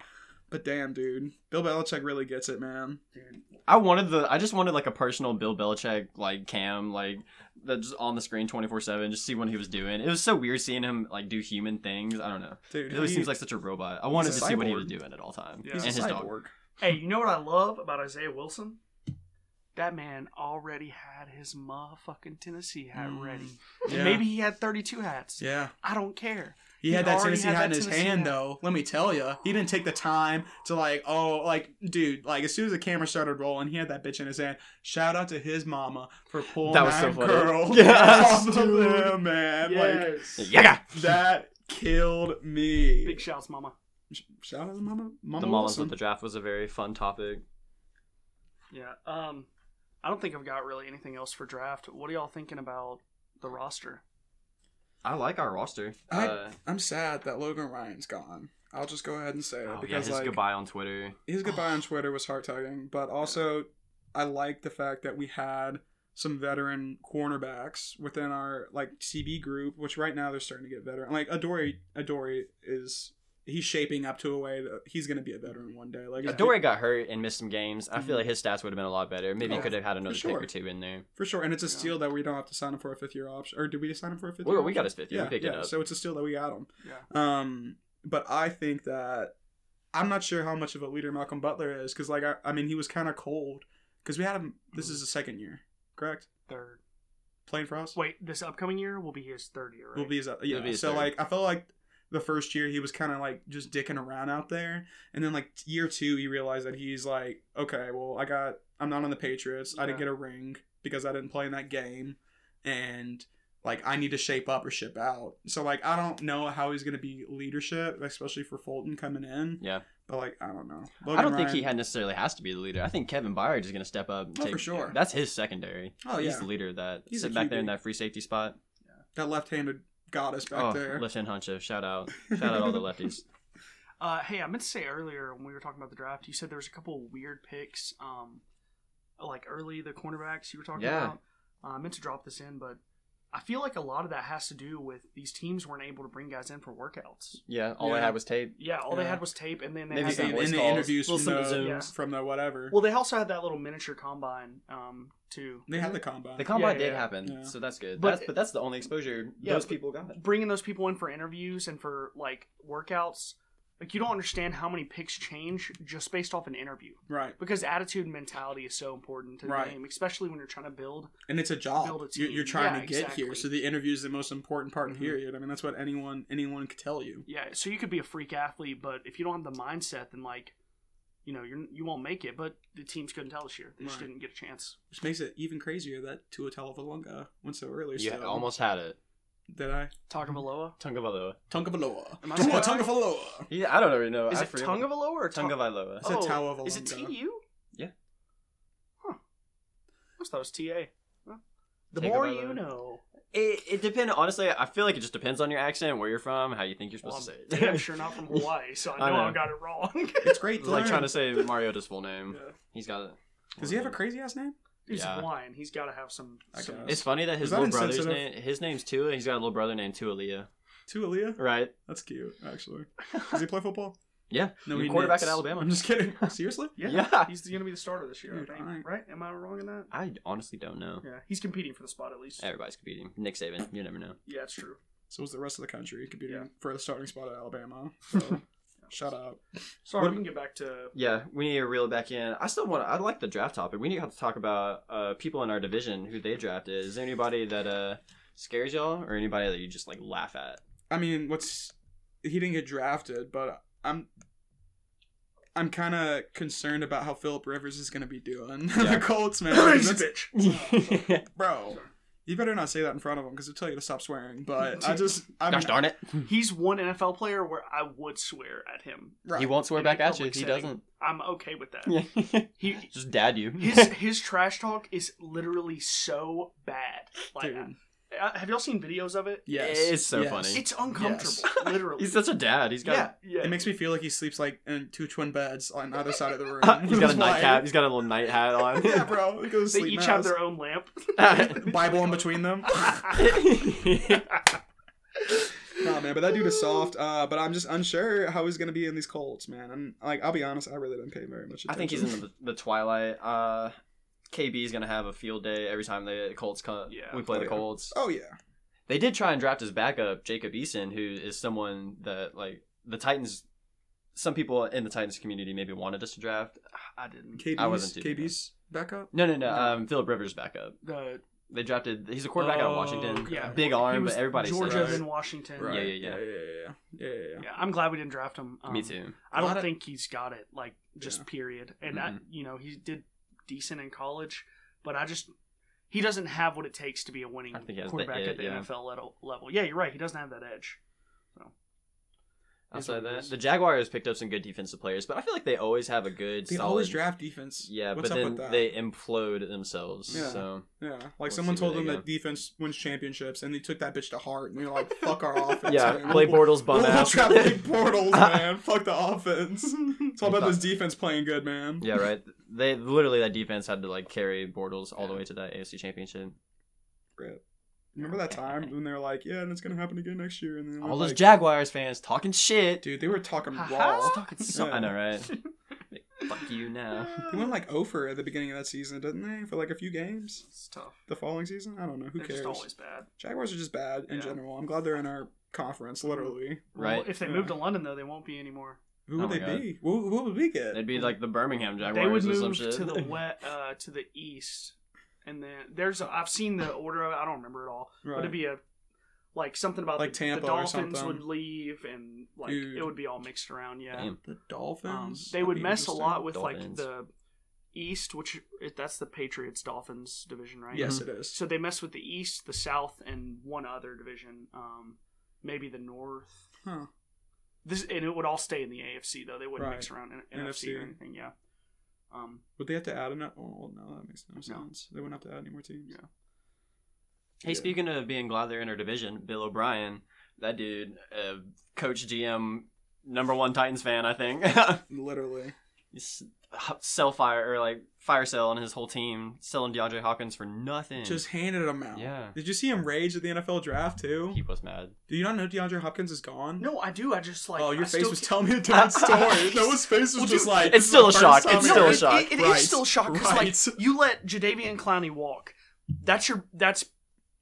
but damn dude. Bill Belichick really gets it, man.
Dude.
I wanted the. I just wanted like a personal Bill Belichick like cam like that just on the screen 24 seven. Just see what he was doing. It was so weird seeing him like do human things. I don't know.
Dude,
It always
he-
seems like such a robot. I wanted to
he's a
see what he
cyborg.
was doing at all time.
Yeah.
And
he's a
his dog.
cyborg.
Hey, you know what I love about Isaiah Wilson? That man already had his motherfucking Tennessee hat
Mm.
ready.
Yeah.
Maybe he had 32 hats.
Yeah.
I don't care.
He,
He
had that
already
Tennessee
had
hat in
that
his
Tennessee
hand
hat.
though. Let me tell you, he didn't take the time to like, oh, like, dude, like as soon as the camera started rolling, he had that bitch in his hand. Shout out to his mama for pulling that,
That was so funny.
girl. off
Yes,
of
dude.
him, man. Like
Yes.
Yaga.
that killed me.
Big shouts, mama.
Shout out to Mama. Mama
The mamas
Wilson.
with the draft was a very fun topic.
Yeah. Um, I don't think I've got really anything else for draft. What are y'all thinking about the roster?
I like our roster.
I-
uh,
I'm sad that Logan Ryan's gone. I'll just go ahead and say it
oh, yeah,
because
his
like
goodbye on Twitter.
his goodbye on Twitter was heart tugging, but also I like the fact that we had some veteran cornerbacks within our like CB group, which right now they're starting to get veteran. Like Adore, Adore is he's shaping up to a way that he's going to be a veteran one day. Like
Adore got hurt and missed some games. I feel
Mhm.
like his stats would have been a lot better. Maybe he
Yeah,
could have had another
sure.
pick or two in there.
for sure, and it's a
Yeah.
steal that we don't have to sign him for a fifth year option. Or did we sign him for a fifth?
We,
year
we
option?
got his fifth. Yeah, we picked it up.
So it's a steal that we got him.
Yeah.
Um, but I think that I'm not sure how much of a leader Malcolm Butler is because, like, I, I mean, he was kind of cold because we had him. This is the second year, correct?
Third.
playing for us
Wait, this upcoming year will be his third year, right?
will be his, uh, yeah.
It'll be his
so
third.
like I felt like the first year he was kind of like just dicking around out there, and then like year two he realized that he's like, okay, well I got I'm not on the Patriots. I didn't
Yeah.
get a ring because I didn't play in that game, and like I need to shape up or ship out. So like I don't know how he's gonna be leadership, especially for Fulton coming in.
Yeah.
but like I don't know.
I don't
Logan
think he
Ryan-
had necessarily has to be the leader. I think Kevin Byard is going to step up. And
Oh,
take,
for sure.
That's his secondary.
Oh
He's
yeah,
the leader of that.
He's
Sit
a
back there in
QB.
that free safety spot.
that left-handed goddess back
oh,
there.
left hand huncho. Shout out. Shout out all the lefties.
Uh, hey, I meant to say earlier when we were talking about the draft, you said there was a couple weird picks, um, like early the cornerbacks you were talking
Yeah.
about. Uh, I meant to drop this in, but I feel like a lot of that has to do with these teams weren't able to bring guys in for workouts.
Yeah, all I
Yeah.
had was tape.
Yeah, all they
Yeah.
had was tape, and then they
Maybe
had
in,
that
some voice
in the
calls,
interviews
little
from the,
some
Zooms.
from the whatever,
Well, they also had that little miniature combine um, too.
they had the combine.
The combine
yeah,
did
yeah.
happen,
Yeah.
so that's good.
But-
that's, but that's the only exposure
Yeah,
those
but-
people got.
bringing those people in for interviews and for like workouts. Like you don't understand how many picks change just based off an interview
right.
because attitude and mentality is so important to the
Right.
game, especially when you're trying to build.
and it's a job
Build a
You're,
team.
you're trying
Yeah,
to get here
exactly.
so the interview is the most important part
Mhm.
period i mean that's what anyone anyone could tell you
Yeah, so you could be a freak athlete, but if you don't have the mindset, then like, you know, you're you won't make it. But the teams couldn't tell this year; they just
Right.
didn't get a chance.
which makes it even crazier that Tua Tagovailoa went so early
You
still.
almost had it.
did i
Tagovailoa
Tungavaloa.
Tungavaloa.
Am I
Tua
saying that
Tungavaloa.
Yeah, I don't really know.
is
I
it
forget-
Tungavaloa or Tung-
Tungavaloa?
It's a
Oh,
Tagovailoa.
Is it TU?
Yeah.
Huh. I always thought it was TA. Huh. The
Take
more
a
you
vote.
know.
It, it depends. Honestly, I feel like it just depends on your accent, where you're from, how you think you're
Well,
supposed
I'm
to say
damn
it.
sure not from Hawaii, so I know
I
I,
know.
got it wrong.
it's great to
like
learn.
trying to say Mariota's full name.
Yeah.
He's got it.
does he have a crazy ass name
He's
Yeah.
Hawaiian. He's got to have some.
I
some-
guess.
It's funny that
Was
his
that
little brother's
insensitive?
name his name's Tua. He's got a little brother named Tualia.
Tua Leah?
Right?
that's cute actually does he play football
Yeah.
no
The
he
quarterback
knits.
at Alabama.
i'm just kidding seriously
yeah.
Yeah.
He's going to be the starter this year,
Dude,
I think.
alright.
Right? Am I wrong in that?
I honestly don't know.
Yeah. He's competing for the spot at least.
Everybody's competing. Nick Saban. You never know.
Yeah, it's true.
so was the rest of the country competing
Yeah.
for the starting spot at alabama so, shut up
Sorry,
What-
we can get back to.
Yeah, we need to reel it back in. I still want. I like the draft topic. We need to have to talk about uh, people in our division who they drafted. Is there anybody that uh, scares y'all, or anybody that you just like laugh at?
I mean, what's he didn't get drafted, but I'm I'm kind of concerned about how Philip Rivers is going to be doing
Yeah.
the Colts, man.
He's a
That's-
bitch.
bro, you better not say that in front of him because he'll tell you to stop swearing. But I just, I mean,
Gosh darn it!
Hmm.
He's one NFL player where I would swear at him.
right.
He won't swear
In a
back at you.
public
He
setting.
doesn't.
I'm okay with that. He
just dad you.
his his trash talk is literally so bad. Like,
Dude.
I- have y'all seen videos of it?
Yes,
It's so
yes.
funny.
It's uncomfortable, literally.
He's such a dad. He's
yeah,
got.
yeah.
It makes me feel like he sleeps like in two twin beds on either side of the room.
he's
with
got a
his wife.
nightcap. He's got a little night hat on.
yeah, bro. He goes to
they
sleep
each
now.
have their own lamp.
Bible in between them. Nah, man, but that dude is soft. Uh, but I'm just unsure how he's gonna be in these Colts, man. I'm like, I'll be honest, I really didn't pay very much attention.
I think he's in the, the twilight. Uh, KB is gonna have a field day every time the Colts come.
Yeah.
we play
Oh,
the
yeah.
Colts.
Oh yeah,
They did try and draft his backup, Jacob Eason, who is someone that like the Titans. Some people in the Titans community maybe wanted us to draft.
I didn't.
KB's,
I wasn't too big
KB's backup.
No, no, no.
No.
Um, Philip Rivers backup.
The
They drafted. He's a quarterback out
Oh,
of Washington.
yeah.
Big
he
arm,
was
but everybody says
Georgia
Right.
than Washington.
Right. yeah, yeah.
yeah, yeah, yeah, yeah, yeah, yeah.
Yeah, I'm glad we didn't draft him.
Oh,
Um,
Me too.
I
A lot
don't
of-
think he's got it. Like just
Yeah.
period. And I, you know, he did decent in college, but I just he doesn't have what it takes to be a winning
I think he has the
quarterback
it,
at the
yeah.
NFL level. Level. Yeah, you're right. He doesn't have that edge.
Outside of
what it
that,
is.
the Jaguars picked up some good defensive players, but I feel like they always have a good.
They
solid,
always draft defense.
Yeah,
What's
but
up with that?
then they implode themselves.
Yeah.
So
yeah, like
We'll
someone
see where
told
they
them
go.
that defense wins championships, and they took that bitch to heart, and they were like, "Fuck our offense."
yeah,
man.
Blake
We'll-
Bortles bum
We'll, we'll
ass.
trap Blake Bortles, man. Fuck the offense. It's all
He
about
thought-
this defense playing good, man.
yeah, right. They literally that defense had to like carry Bortles all the way to that AFC championship.
Remember that time when they were like, "Yeah, and it's gonna happen again next year," and then
All
like,
those Jaguars fans talking shit.
dude, they were talking
Ha-ha.
raw.
Talking so- I know, right? Fuck you now.
They went like over at the beginning of that season, didn't they? For like a few games.
It's tough.
The following season, I don't know. Who
They're
cares?
just always bad.
Jaguars are just bad
Yeah.
in
Mm-hmm.
general. I'm glad they're in our conference, literally.
Well,
Right.
if they
Yeah.
move to London though, they won't be anymore.
Who would
Oh my
they be? Who, who would we get?
They'd be like the Birmingham Jaguars
they would
or some
move
shit.
to the wet, uh, to the east, and then there's a, I've seen the order of it. I don't remember it all, but
Right.
it'd be a like something about
Like
the,
Tampa
the
or
Dolphins
something.
would leave and like
Dude.
it would be all mixed around. Yeah,
Damn.
the
um,
Dolphins.
they
That'd
would
be
mess a
interesting.
lot with like
Dolphins.
the East, which it, that's the Patriots Dolphins division, right?
Yes,
Mm-hmm.
it is.
So they mess with the East, the South, and one other division, um, maybe the North.
Huh.
This and it would all stay in the AFC though. They wouldn't
Right.
mix around in,
NFC.
NFC, or anything. Yeah. Um,
Would they have to add another? Oh, well, no, that makes no sense. They wouldn't have to add any more teams.
Yeah.
Hey,
Yeah.
speaking of being glad they're in our division, Bill O'Brien, that dude, uh, coach, GM, number one Titans fan, I think.
Literally.
He's sell fire or like fire sale on his whole team, selling DeAndre Hawkins for nothing.
Just handed them out.
Yeah.
Did you see him rage at the NFL draft too?
he was mad.
Do you not know DeAndre Hopkins is gone?
no, I do. I just like.
oh, your
I
face
still
was
ca-
telling me a different story. No, his face was
Well,
just
dude,
like.
it's
this is the
still a
first
shock.
time
It's
it-
still a
it-
shock.
It, it is
Right.
still a shock 'cause,
Right.
like you let Jadavian Clowney walk, that's your that's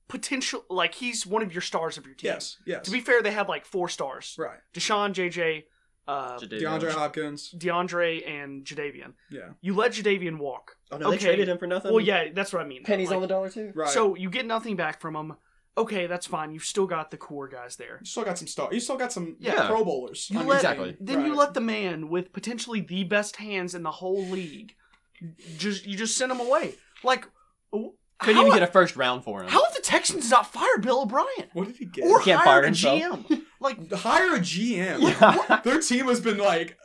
potential. Like he's one of your stars of your team.
Yes, yes.
To be fair, they have like four stars:
right.
Deshaun, JJ, uh,
Jadavion.
DeAndre Hopkins.
DeAndre, and Jadavian.
Yeah.
You let Jadavian walk.
Oh, no, they
Okay.
traded him for nothing.
Well, yeah, that's what I mean.
pennies
Like,
on the dollar too.
Right.
So you get nothing back from him. Okay, that's fine. You've still got the core guys there.
you still got some star. You still got some
Yeah.
Pro Bowlers.
You
on
let-
your
Exactly.
team.
Then you
Right.
let the man with potentially the best hands in the whole league just you just send him away. Like w-
Couldn't
how,
even get a first round for him.
how have the Texans not fired Bill O'Brien
What did he get?
or
Can't
hired
fire
a
himself.
GM? Like
Hire a GM.
Yeah.
Their team has been like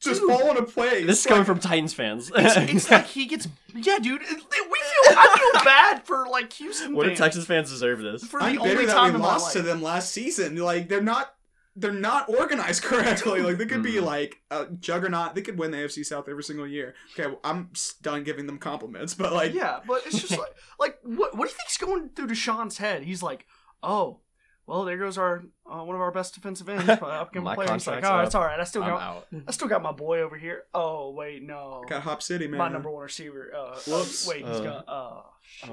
just
Dude.
falling a place.
this is coming from Titans fans.
it's like he gets yeah, dude. it- we feel I feel bad for like Houston
what do
fans
Texas fans deserve this?
for
I'm
the
bitter
only
that
time
we
in my
lost
life.
to them last season. Like they're not they're not organized correctly. Like they could be
Mm.
Mhm.
like a juggernaut. They could win the AFC South every single year. Okay, well, I'm s- done giving them compliments, but like
yeah, but it's just like, like what what do you think's going through Deshaun's head? He's like, oh, well, there goes our uh, one of our best defensive ends, uh, upcoming
My
player. He's like,
contract's
oh,
up.
it's all right. I still
I'm
got
out.
I still got my boy over here. Oh wait, no,
got Hop City man.
my number one receiver. Uh,
Whoops.
wait, he's
Uh,
got. Oh shit,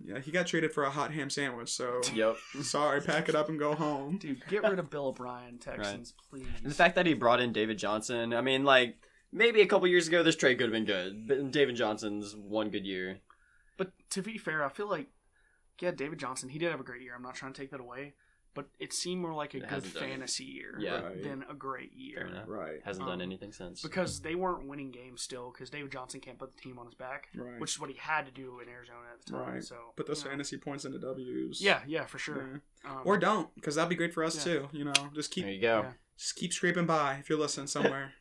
Yeah, he got traded for a hot ham sandwich. So
Yep.
sorry, pack it up and go home.
dude, get rid of Bill O'Brien, Texans,
And the
please.
fact that he brought in David Johnson, I mean, like maybe a couple years ago, this trade could have been good. But David Johnson's one good year.
But to be fair, I feel like yeah, David Johnson, he did have a great year. I'm not trying to take that away, but it seemed more like a
It
good
hasn't done it.
fantasy year
Yeah.
Right.
than a great year.
Fair enough.
Right.
Hasn't
Um,
done anything since.
because they weren't winning games still because David Johnson can't put the team on his back,
Right.
which is what he had to do in Arizona at the time.
Right.
So
Put those
you know.
fantasy points into W's.
Yeah, yeah, for sure.
Yeah.
Um,
Or don't, because that'd be great for us
Yeah.
too. You know, just keep
there you go,
just keep scraping by if you're listening somewhere.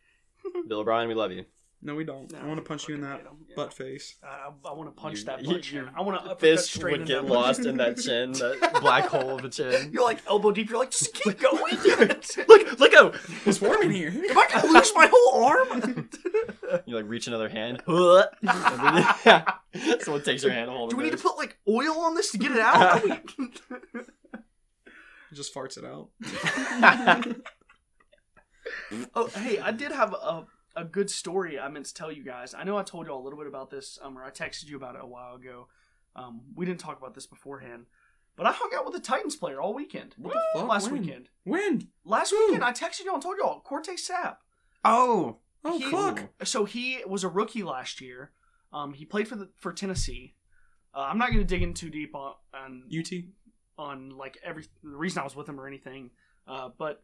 Bill O'Brien. We love you.
no, we don't.
No,
I want to punch you in
fucking
that
hate 'em, yeah.
butt face.
I, I want to punch
You-
that
you-
punch.
your
I want to uppercut
Fist
straight
would
into
get
that
lost in that chin, that black hole of a
punch.
chin.
You're like elbow deep. You're like, just keep going. Am
Look, look go.
It's warm in here.
I gonna lose my whole arm?
You like reach another hand. And then- yeah. Someone takes your hand. Hold
Do
it
we need to
goes.
put like oil on this to get it out? Are we-
It just farts it out.
oh, hey, I did have a a good story I meant to tell you guys. I know I told you all a little bit about this, um, or I texted you about it a while ago. Um, we didn't talk about this beforehand, but I hung out with a Titans player all weekend.
What the fuck?
Last
when?
weekend,
When?
last
Who?
weekend, I texted you all and told you all Corte Sapp.
oh,
Oh,
He-
fuck.
So he was a rookie last year. Um, he played for the for Tennessee. Uh, I'm not going to dig in too deep on, on
UT.
on like every the reason I was with him or anything. Uh, but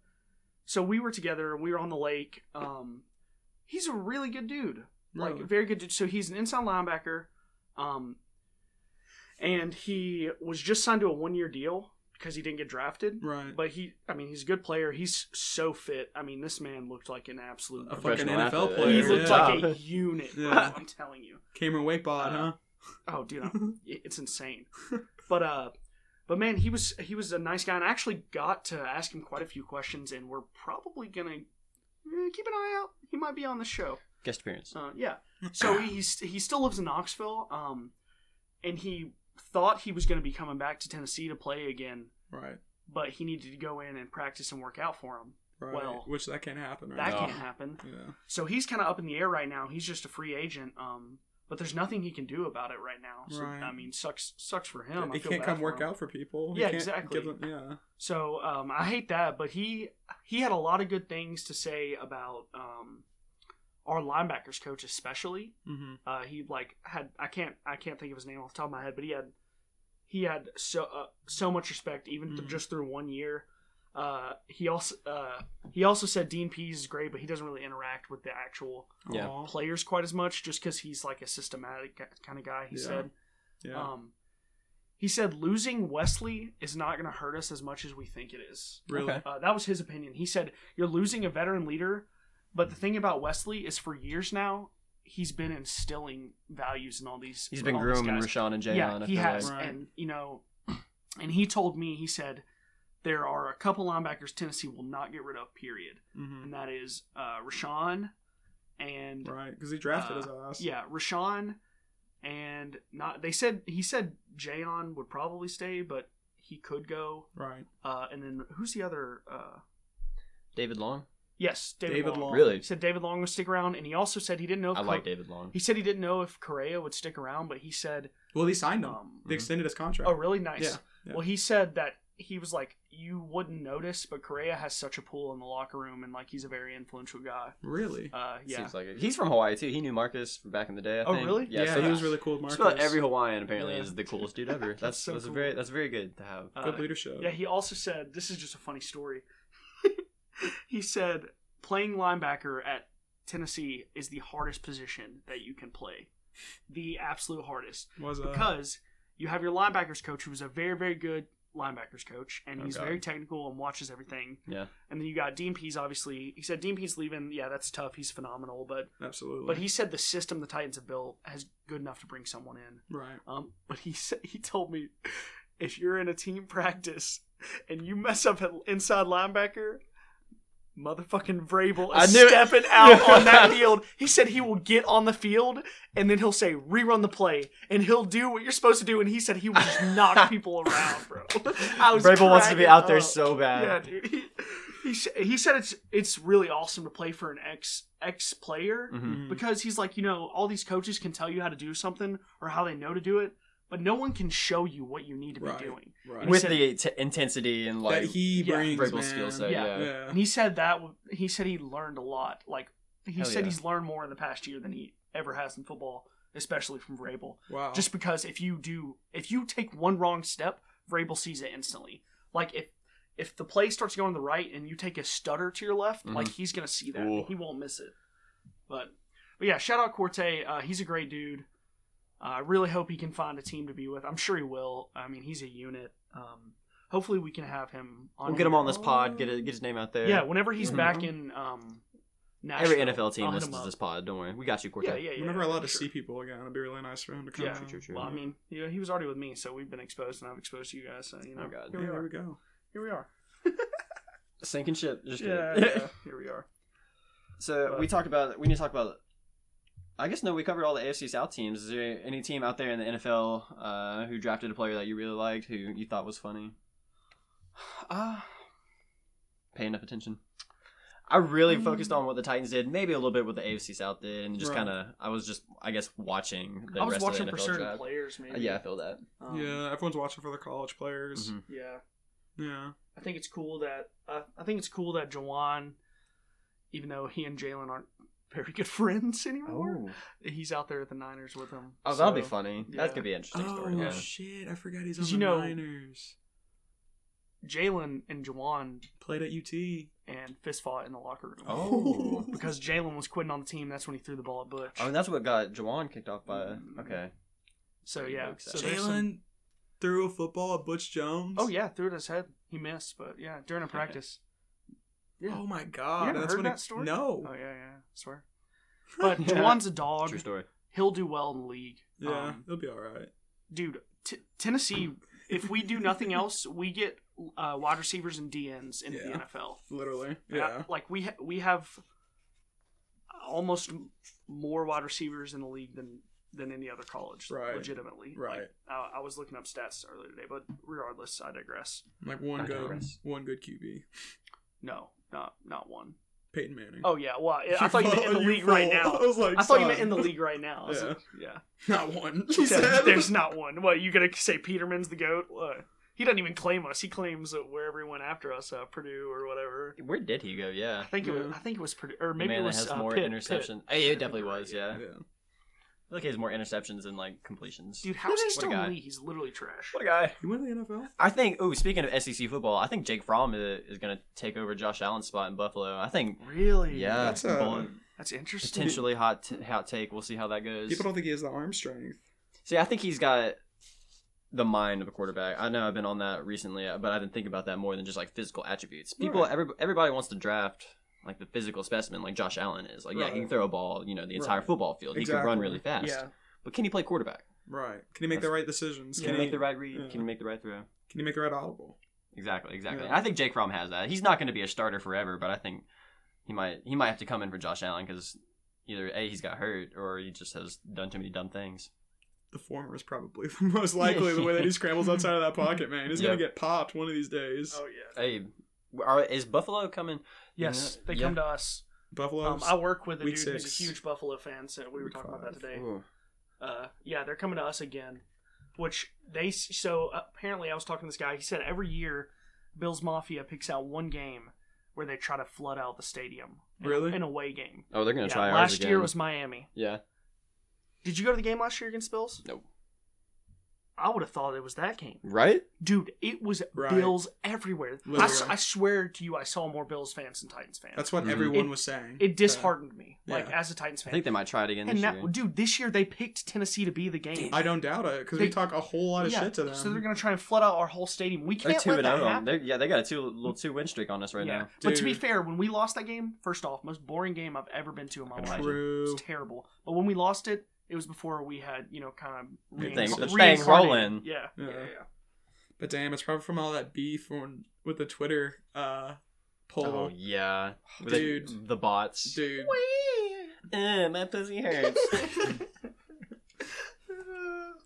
so we were together. We were on the lake. Um, he's a really good dude, like
Really?
very good dude. So he's an inside linebacker, um, and he was just signed to a one year deal because he didn't get drafted.
Right.
But he, I mean, he's a good player. He's so fit. I mean, this man looked like an absolute.
A
freak.
fucking
Professional
NFL
athlete.
player.
he
player,
looked
yeah.
like a unit. bro,
Yeah.
I'm telling you.
Cameron Wakebot,
Uh,
huh?
Oh, dude, I'm, it's insane. But uh, but man, he was he was a nice guy, and I actually got to ask him quite a few questions, and we're probably gonna eh, keep an eye out. He might be on the show.
guest
Oh.
appearance.
Uh, yeah. So he's he still lives in Knoxville, um, and he thought he was gonna be coming back to Tennessee to play again,
Right.
but he needed to go in and practice and work out for him.
Right.
Well,
Which that can't happen right
That
now.
can't
No.
happen.
Yeah.
So he's kind of up in the air right now. He's just a free agent. Um, but there's nothing he can do about it right now. So
Right.
I mean, sucks sucks for him. I
he
feel
can't
bad
come
for
work
him.
out for people. He
Yeah,
can't
exactly.
give them- yeah.
So um, I hate that, but he he had a lot of good things to say about um, our linebackers coach especially
Mm-hmm.
uh, he like had I can't I can't think of his name off the top of my head, but he had he had so uh, so much respect even th-
Mhm.
just through one year. Uh, he also uh, he also said Dean Pease is great, but he doesn't really interact with the actual
Yeah.
players quite as much, just because he's like a systematic kind of guy. He
Yeah.
said.
Yeah.
Um, he said losing Wesley is not going to hurt us as much as we think it is.
really.
okay.
Uh, that was his opinion. He said, You're losing a veteran leader, but the thing about Wesley is for years now, he's been instilling values in all these.
He's been
all these
grooming
guys.
Rashawn and Jayon.
Yeah,
I
he
feel
has.
Like.
like. Right.
And, you know, and he told me, he said, There are a couple linebackers Tennessee will not get rid of, period.
Mm-hmm.
And that is uh, Rashawn and.
Right, because he drafted
Uh,
his ass.
Yeah, Rashawn and not. They said, he said Jayon would probably stay, but he could go.
Right.
Uh, and then who's the other? Uh,
David Long.
yes, David,
David
Long.
Long.
Really?
He said David Long would stick around, and he also said he didn't know. If
I like
Cor-
David Long.
He said he didn't know if Correa would stick around, but he said,
Well, he signed him.
um,
they extended his contract.
"Oh, really nice."
Yeah, yeah.
Well, he said that he was like, "You wouldn't notice, but Correa has such a pull in the locker room, and like he's a very influential guy."
Really?
Uh, yeah,
Seems like it. He's from Hawaii too. He knew Marcus from back in the day. I
Oh,
think.
really?
Yeah.
Yeah,
so
he was really cool with
Just
Marcus.
about every Hawaiian apparently
Yeah.
is the coolest dude ever. That's that's,
so cool.
very that's very good to have.
Uh,
Good leadership.
yeah. He also said, "This is just a funny story." he said, "Playing linebacker at Tennessee is the hardest position that you can play, the absolute hardest."
was uh,
because you have your linebackers coach who's a very very good linebackers coach and
Oh,
he's
God.
very technical and watches everything
Yeah.
and then you got Dean Pease obviously he said Dean Pease leaving yeah that's tough he's phenomenal but
absolutely.
but he said the system the Titans have built has good enough to bring someone in
right.
um but he said he told me if you're in a team practice and you mess up at inside linebacker motherfucking Vrabel
I
is
knew it.
stepping out on that field. He said he will get on the field and then he'll say rerun the play and he'll do what you're supposed to do. And he said he will just knock people around, bro. I was
Vrabel wants to be
cracking
out there
up.
so bad.
Yeah, dude. He, he, s- he said it's it's really awesome to play for an ex ex player
Mhm.
Mm-hmm.
Hmm.
because he's like, you know, all these coaches can tell you how to do something or how they know to do it, but no one can show you what you need to be
Right.
doing.
Right.
he
With
said-
the t- intensity and like
that he
yeah,
brings
Vrabel's
man.
skill set.
Yeah.
Yeah.
Yeah.
And he said that w- he said he learned a lot. Like he
Hell
said
yeah.
he's learned more in the past year than he ever has in football, especially from Vrabel.
Wow.
Just because if you do, if you take one wrong step, Vrabel sees it instantly. Like if if the play starts going to the right and you take a stutter to your left,
Mhm.
like he's gonna see that.
Ooh.
He won't miss it. But but yeah, shout out Corte. Uh, he's a great dude. Uh, I really hope he can find a team to be with. I'm sure he will. I mean, he's a unit. Um, hopefully, we can have him. on
We'll get him
here.
on this pod. Get it, get his name out there.
Yeah, whenever he's
Mhm.
back in um,
Every
Nashville,
NFL
I'll
team
hit
listens
him
to
up.
this pod. Don't worry, we got you, Cortez.
Yeah, yeah, yeah.
Whenever I allowed to
sure.
see people again, it'd be really nice for him to come.
Yeah.
out.
True, true,
Well, I mean, you know, he was already with me, so we've been exposed, and I've exposed you guys. So you know,
Oh, God.
here
Yeah,
we
there we
are.
go.
Here we are.
Sinking ship. Just
Yeah,
kidding.
yeah, here we are.
so we talked about. We need to talk about. I guess no. We covered all the AFC South teams. Is there any team out there in the NFL uh, who drafted a player that you really liked, who you thought was funny?
Uh,
Pay enough attention. I really focused
Mm.
on what the Titans did, maybe a little bit what the AFC South did, and just
Right.
kind of. I was just, I guess, watching. The
I was
rest
watching
of the
for
NFL
certain
draft.
players, maybe.
Yeah, I feel that.
Um,
yeah, everyone's watching for the college players.
Mhm.
yeah.
Yeah.
I think it's cool that uh, I think it's cool that Jawan, even though he and Jalen aren't very good friends anymore, he's out there at the Niners with him.
Oh, that'll be
So-
funny.
yeah.
That could be an interesting
Oh
storyline.
shit! I forgot he's on
Did
the
you know-
Niners.
Jalen and Jawan
Played at UT.
and fist fought in the locker room.
Oh.
because Jalen was quitting on the team. That's when he threw the ball at Butch.
I mean, that's what got Jawan kicked off by.
Mm.
Okay.
so yeah,
Jalen-
so
Jalen
there's some-
threw a football at Butch Jones.
oh yeah, threw it at his head. He missed, but yeah, during a practice. yeah.
Oh my god!
never
that's
heard
when
that
it-
story?
No.
Oh yeah, yeah, I swear. But
Yeah.
Jawan's a dog.
True story.
He'll do well in the league.
yeah,
Um,
it'll be all right.
dude, t- Tennessee. if we do nothing else, we get uh, wide receivers and DNs in the
Yeah.
NFL.
Literally.
And
Yeah.
I- like we ha- we have almost m- more wide receivers in the league than than any other college,
Right.
legitimately.
Right.
Like, I, I was looking up stats earlier today, but regardless, I digress.
Like one
I
good,
digress.
one good QB.
No, not not one.
Peyton Manning.
Oh yeah, well, I, I thought you meant in the
You
league right
fool.
now.
I was like,
I thought you
son,
meant in the league right now. I was
Yeah.
like, yeah.
Not one. He said,
There's not one. What you gonna say? Peterman's the goat? Uh, He doesn't even claim us. He claims that wherever he went after us, uh, Purdue or whatever.
Where did he go? Yeah.
I think it was.
Yeah.
I think it was Purdue, or
The
maybe
man
it was
that has
uh,
more
Pitt, Pitt.
interceptions. Hey, it definitely was, yeah. Look, he has more interceptions than like completions.
Dude, how is he
What a
still
guy.
in the league? He's literally trash.
What a guy!
You went to the NFL?
I think. Ooh, speaking of SEC football, I think Jake Fromm is, is going to take over Josh Allen's spot in Buffalo. I think.
Really?
Yeah,
That's uh, a-
bold-
That's interesting.
potentially hot t- hot take. We'll see how that goes.
People don't think he has the arm strength.
See, I think he's got the mind of a quarterback. I know I've been on that recently, uh, but I've been thinking about that more than just like physical attributes. People,
Right.
every, everybody wants to draft like the physical specimen, like Josh Allen is. Like, yeah, he
Right.
can throw a ball, you know, the entire
Right.
football field. He can run
Exactly.
really fast.
Yeah.
But can he play quarterback?
Right. Can he make the right decisions?
Can
Can,
he
he,
make the right read?
yeah.
Can he make the right throw?
can he make the right audible?
Exactly, exactly.
Yeah.
And I think Jake Fromm has that. He's not going to be a starter forever, but I think he might he might have to come in for Josh Allen because either a he's got hurt or he just has done too many dumb things.
The former is probably the most likely the way that he scrambles outside of that pocket, man. He's going
Yeah.
to get popped one of these days.
Oh yeah.
Hey, are, is Buffalo coming?
Yes,
Uh, Yeah.
they
Yeah.
come to us.
Buffalo.
Um, I work with a
Week
dude who's
six.
a huge Buffalo fan, so we were
Week
talking about that
five.
today.
Ooh.
Uh, yeah, they're coming to us again. Which they so apparently I was talking to this guy. He said every year, Bills Mafia picks out one game where they try to flood out the stadium. In-
Really?
An away game.
Oh, they're gonna
Yeah,
try ours
last
again.
year was Miami.
yeah.
Did you go to the game last year against Bills?
Nope.
I would have thought it was that game,
Right?
dude. It was
Right.
Bills everywhere. I, s-
Literally.
I swear to you, I saw more Bills fans than Titans fans.
That's what
Mhm.
everyone
It-
was saying.
it disheartened me,
Yeah.
like as a Titans
I
fan.
think they might try it again
and
this
now,
year.
dude, this year they picked Tennessee to be the game.
I don't doubt it because
They-
we talk a whole lot of shit to them.
So they're gonna try and flood out our whole stadium. We
They're
can't
two
let
and
that
zero.
happen.
on- They're, yeah, they got a two little two win streak on us right
yeah.
now.
But to be
Dude.
fair, when we lost that game, first off, most boring game I've ever been to in my life. It
True.
was terrible. But when we lost it, it was before we had you know kind of
Good
rein-
thing.
The thing
reincarnated.
rolling.
Yeah.
Yeah.
Yeah. yeah,
But damn, it's probably from all that beef on, with the Twitter uh, poll.
Oh yeah, With the-
Dude.
the bots.
Dude,
Eh, my pussy hurts.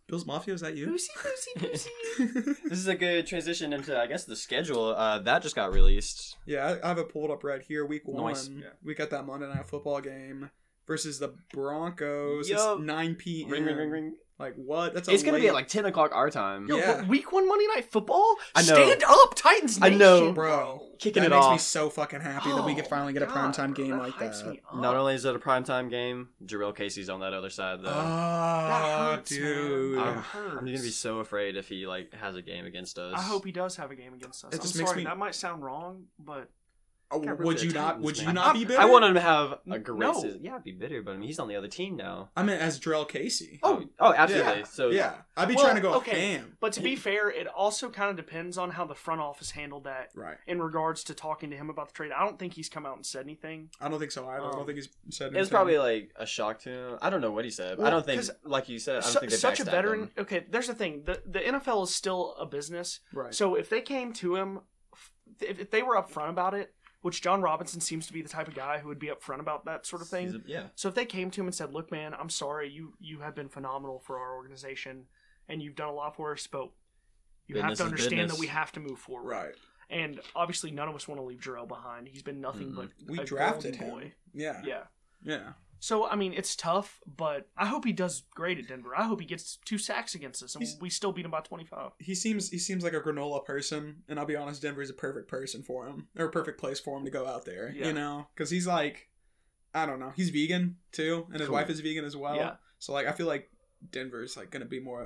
Bill's Mafia, is that you?
Boosy, boosy, boosy.
this is a good transition into, I guess, the schedule uh, that just got released.
yeah, I, I have it pulled up right here. Week one,
Nice. Yeah.
we got that Monday Night Football game versus the Broncos.
Yup.
It's 9 p.m.
Ring, ring, ring, ring.
Like, what? That's a
It's gonna be
late-
at like ten o'clock our time.
Yo,
Yeah.
but week one Monday Night Football.
I know.
Stand up, Titans.
I
Nation.
know.
Bro,
Kicking
that
it
makes me
off.
so fucking happy that we could
Oh,
finally get a
God,
primetime
bro,
game
that
like
hypes
that.
me up.
Not only is it a prime time game, Jarrell Casey's on that other side though.
Uh.
Oh,
hurts, man.
dude.
That
I'm- I'm gonna be
hurts.
so afraid if he like has a game against us.
I hope he does have a game against us.
It
I'm
just makes
sorry,
me-
that might sound wrong, but
Oh,
Got rid
would
of
you
the
not?
Titans,
Would you
man.
not
I'm-
be
I
bitter?
I want him to have a
N-
great
no.
season. Yeah, I'd be bitter, but I mean, he's on the other team now.
I mean, as Drell Casey.
Oh, oh, absolutely.
Yeah.
So
yeah, I'd be
Well,
trying to go
okay.
ham.
but to be fair, it also kind of depends on how the front office handled that
Right.
in regards to talking to him about the trade. I don't think he's come out and said anything.
I don't think so either. I
Um,
don't think he's said.
it was
anything.
probably like a shock to him. I don't know what he said. but I
Well,
don't think,
'cause
like you said, I don't
Su-
think they
such a
backstabbed
veteran.
him.
Okay, there's the thing. The the NFL is still a business.
right.
So if they came to him, f- if, if they were upfront about it, which John Robinson seems to be the type of guy who would be upfront about that sort of thing.
He's a- yeah,
So if they came to him and said, "Look, man, I'm sorry. You you have been phenomenal for our organization, and you've done a lot for us, but you have
Business
to
is
understand that
business."
we have to move forward."
right.
And obviously, none of us want to leave Jarrell behind. He's been nothing
Mhm.
but
Mm-hmm. We
a
drafted
golden
him.
boy.
Yeah.
Yeah.
Yeah.
So I mean, it's tough, but I hope he does great at Denver. I hope he gets two sacks against us, and
He's-
we still beat him by twenty-five.
He seems he seems like a granola person, and I'll be honest, Denver's a perfect person for him, or a perfect place for him to go out there.
Yeah.
You know, because he's like, I don't know, he's vegan too, and his
Cool.
wife is vegan as well.
Yeah.
So like, I feel like Denver's like gonna be more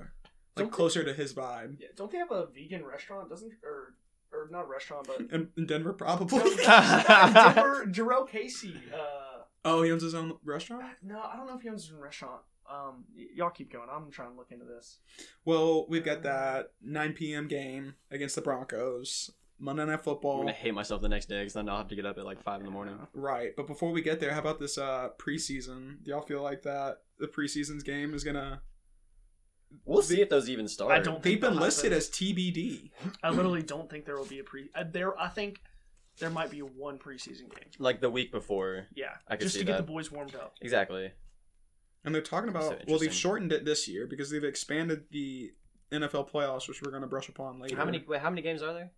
like
Don't-
closer to his vibe.
Yeah, don't they have a vegan restaurant? Doesn't or or not restaurant, but
And and Denver probably.
Denver, Jarrell Casey. Uh,
oh, he owns his own restaurant.
no, I don't know if he owns his own restaurant. Um, y- y'all keep going. I'm trying to look into this.
Well, we've got that 9 p.m. game against the Broncos, Monday Night
I'm
Football.
Oh.
gonna hate myself the next day because then I'll have to get up at like five in the morning.
Right, but before we get there, how about this uh preseason? Do y'all feel like that the preseason's game is gonna?
We'll see if those even start.
I don't.
They've
think
been
they'll
listed
happen.
as TBD.
I literally don't think there will be a pre. Uh, there, I think there might be one preseason game.
like the week before.
Yeah,
I could
just
see
to get
that.
the boys warmed up.
Exactly.
And they're talking
So
about well,
interesting.
they've shortened it this year because they've expanded the NFL playoffs, which we're gonna brush upon later.
How many? Wait, how many games are there?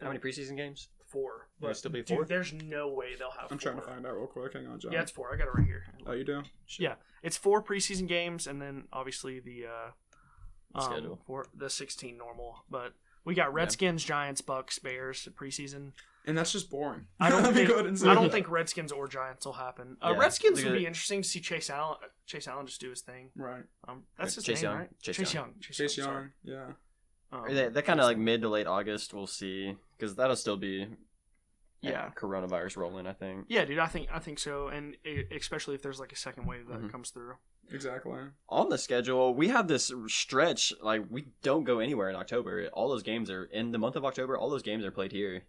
How many preseason games?
Four.
Will it
But
still be four?
dude, there's no way they'll have.
I'm trying to
four.
find out real quick. Hang on, John.
Yeah, it's four. I got it right here.
oh, you do? Shit.
Yeah, it's four preseason games, and then obviously the uh,
Schedule.
for the 16 normal. But We got Redskins, Giants, Bucks, Bears preseason.
and that's just boring.
I don't
Let me
think
go ahead and say
I don't
that.
think Redskins or Giants will happen. Uh,
Yeah.
Redskins would
Look at
be
it.
interesting to see Chase Allen. Chase Allen just do his thing.
Right,
Um, that's his
Chase
name,
Young.
right?
Chase
Young.
Chase
Young.
Young. Yeah,
sorry.
Or
Um,
that, that kind of like mid to late August, we'll see, because that'll still be eh,
Yeah.
coronavirus rolling. I think.
Yeah, dude. I think I think so, and e- especially if there's like a second wave that
Mhm.
comes through.
exactly.
On the schedule, we have this stretch like we don't go anywhere in October. All those games are in the month of October. All those games are played here.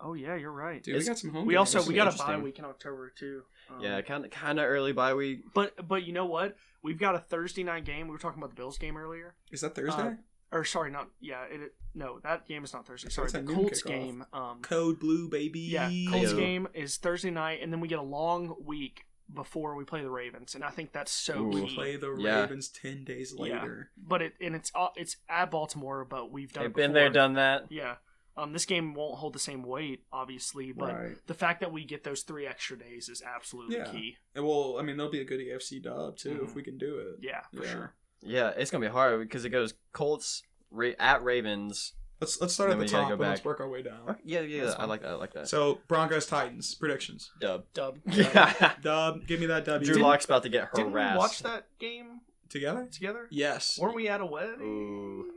Oh yeah, you're right.
Dude,
It's-
we got some home.
we
games.
also
that's
we got a
interesting.
bye week in October too. Um,
Yeah, kind of kind of early bye week.
But but you know what? We've got a Thursday night game. We were talking about the Bills game earlier.
Is that Thursday?
Uh, Or sorry, not yeah. It no, that game is not Thursday. Sorry,
It's
the
a noon
Colts
kickoff.
game. Um,
Code Blue, baby.
yeah, Colts
Ayo.
game is Thursday night, and then we get a long week before we play the Ravens, and I think that's so
Ooh.
We
key.
play the
Yeah.
Ravens ten days
Yeah.
later.
But it and it's uh, it's at Baltimore, but we've done.
They've
it
been
before.
there, done that.
Yeah. Um, this game won't hold the same weight, obviously, but
Right.
the fact that we get those three extra days is absolutely
Yeah.
key.
And well, I mean, there'll be a good AFC dub too if
Mhm.
we can do it.
Yeah, for
Yeah.
sure.
Yeah, it's gonna be hard because it goes Colts ra- at Ravens.
Let's let's start at
Then
the
we gotta
top
go
and let's
back.
work our way down.
Yeah, yeah,
That's
I
fine.
like that. I like that.
So Broncos Titans predictions.
Dub.
Dub.
Yeah.
Dub, give me that W.
Drew Locke's about to get
Didn't we watch
harassed.
that game
together.
together?
Yes.
Weren't we at a wedding?
Ooh.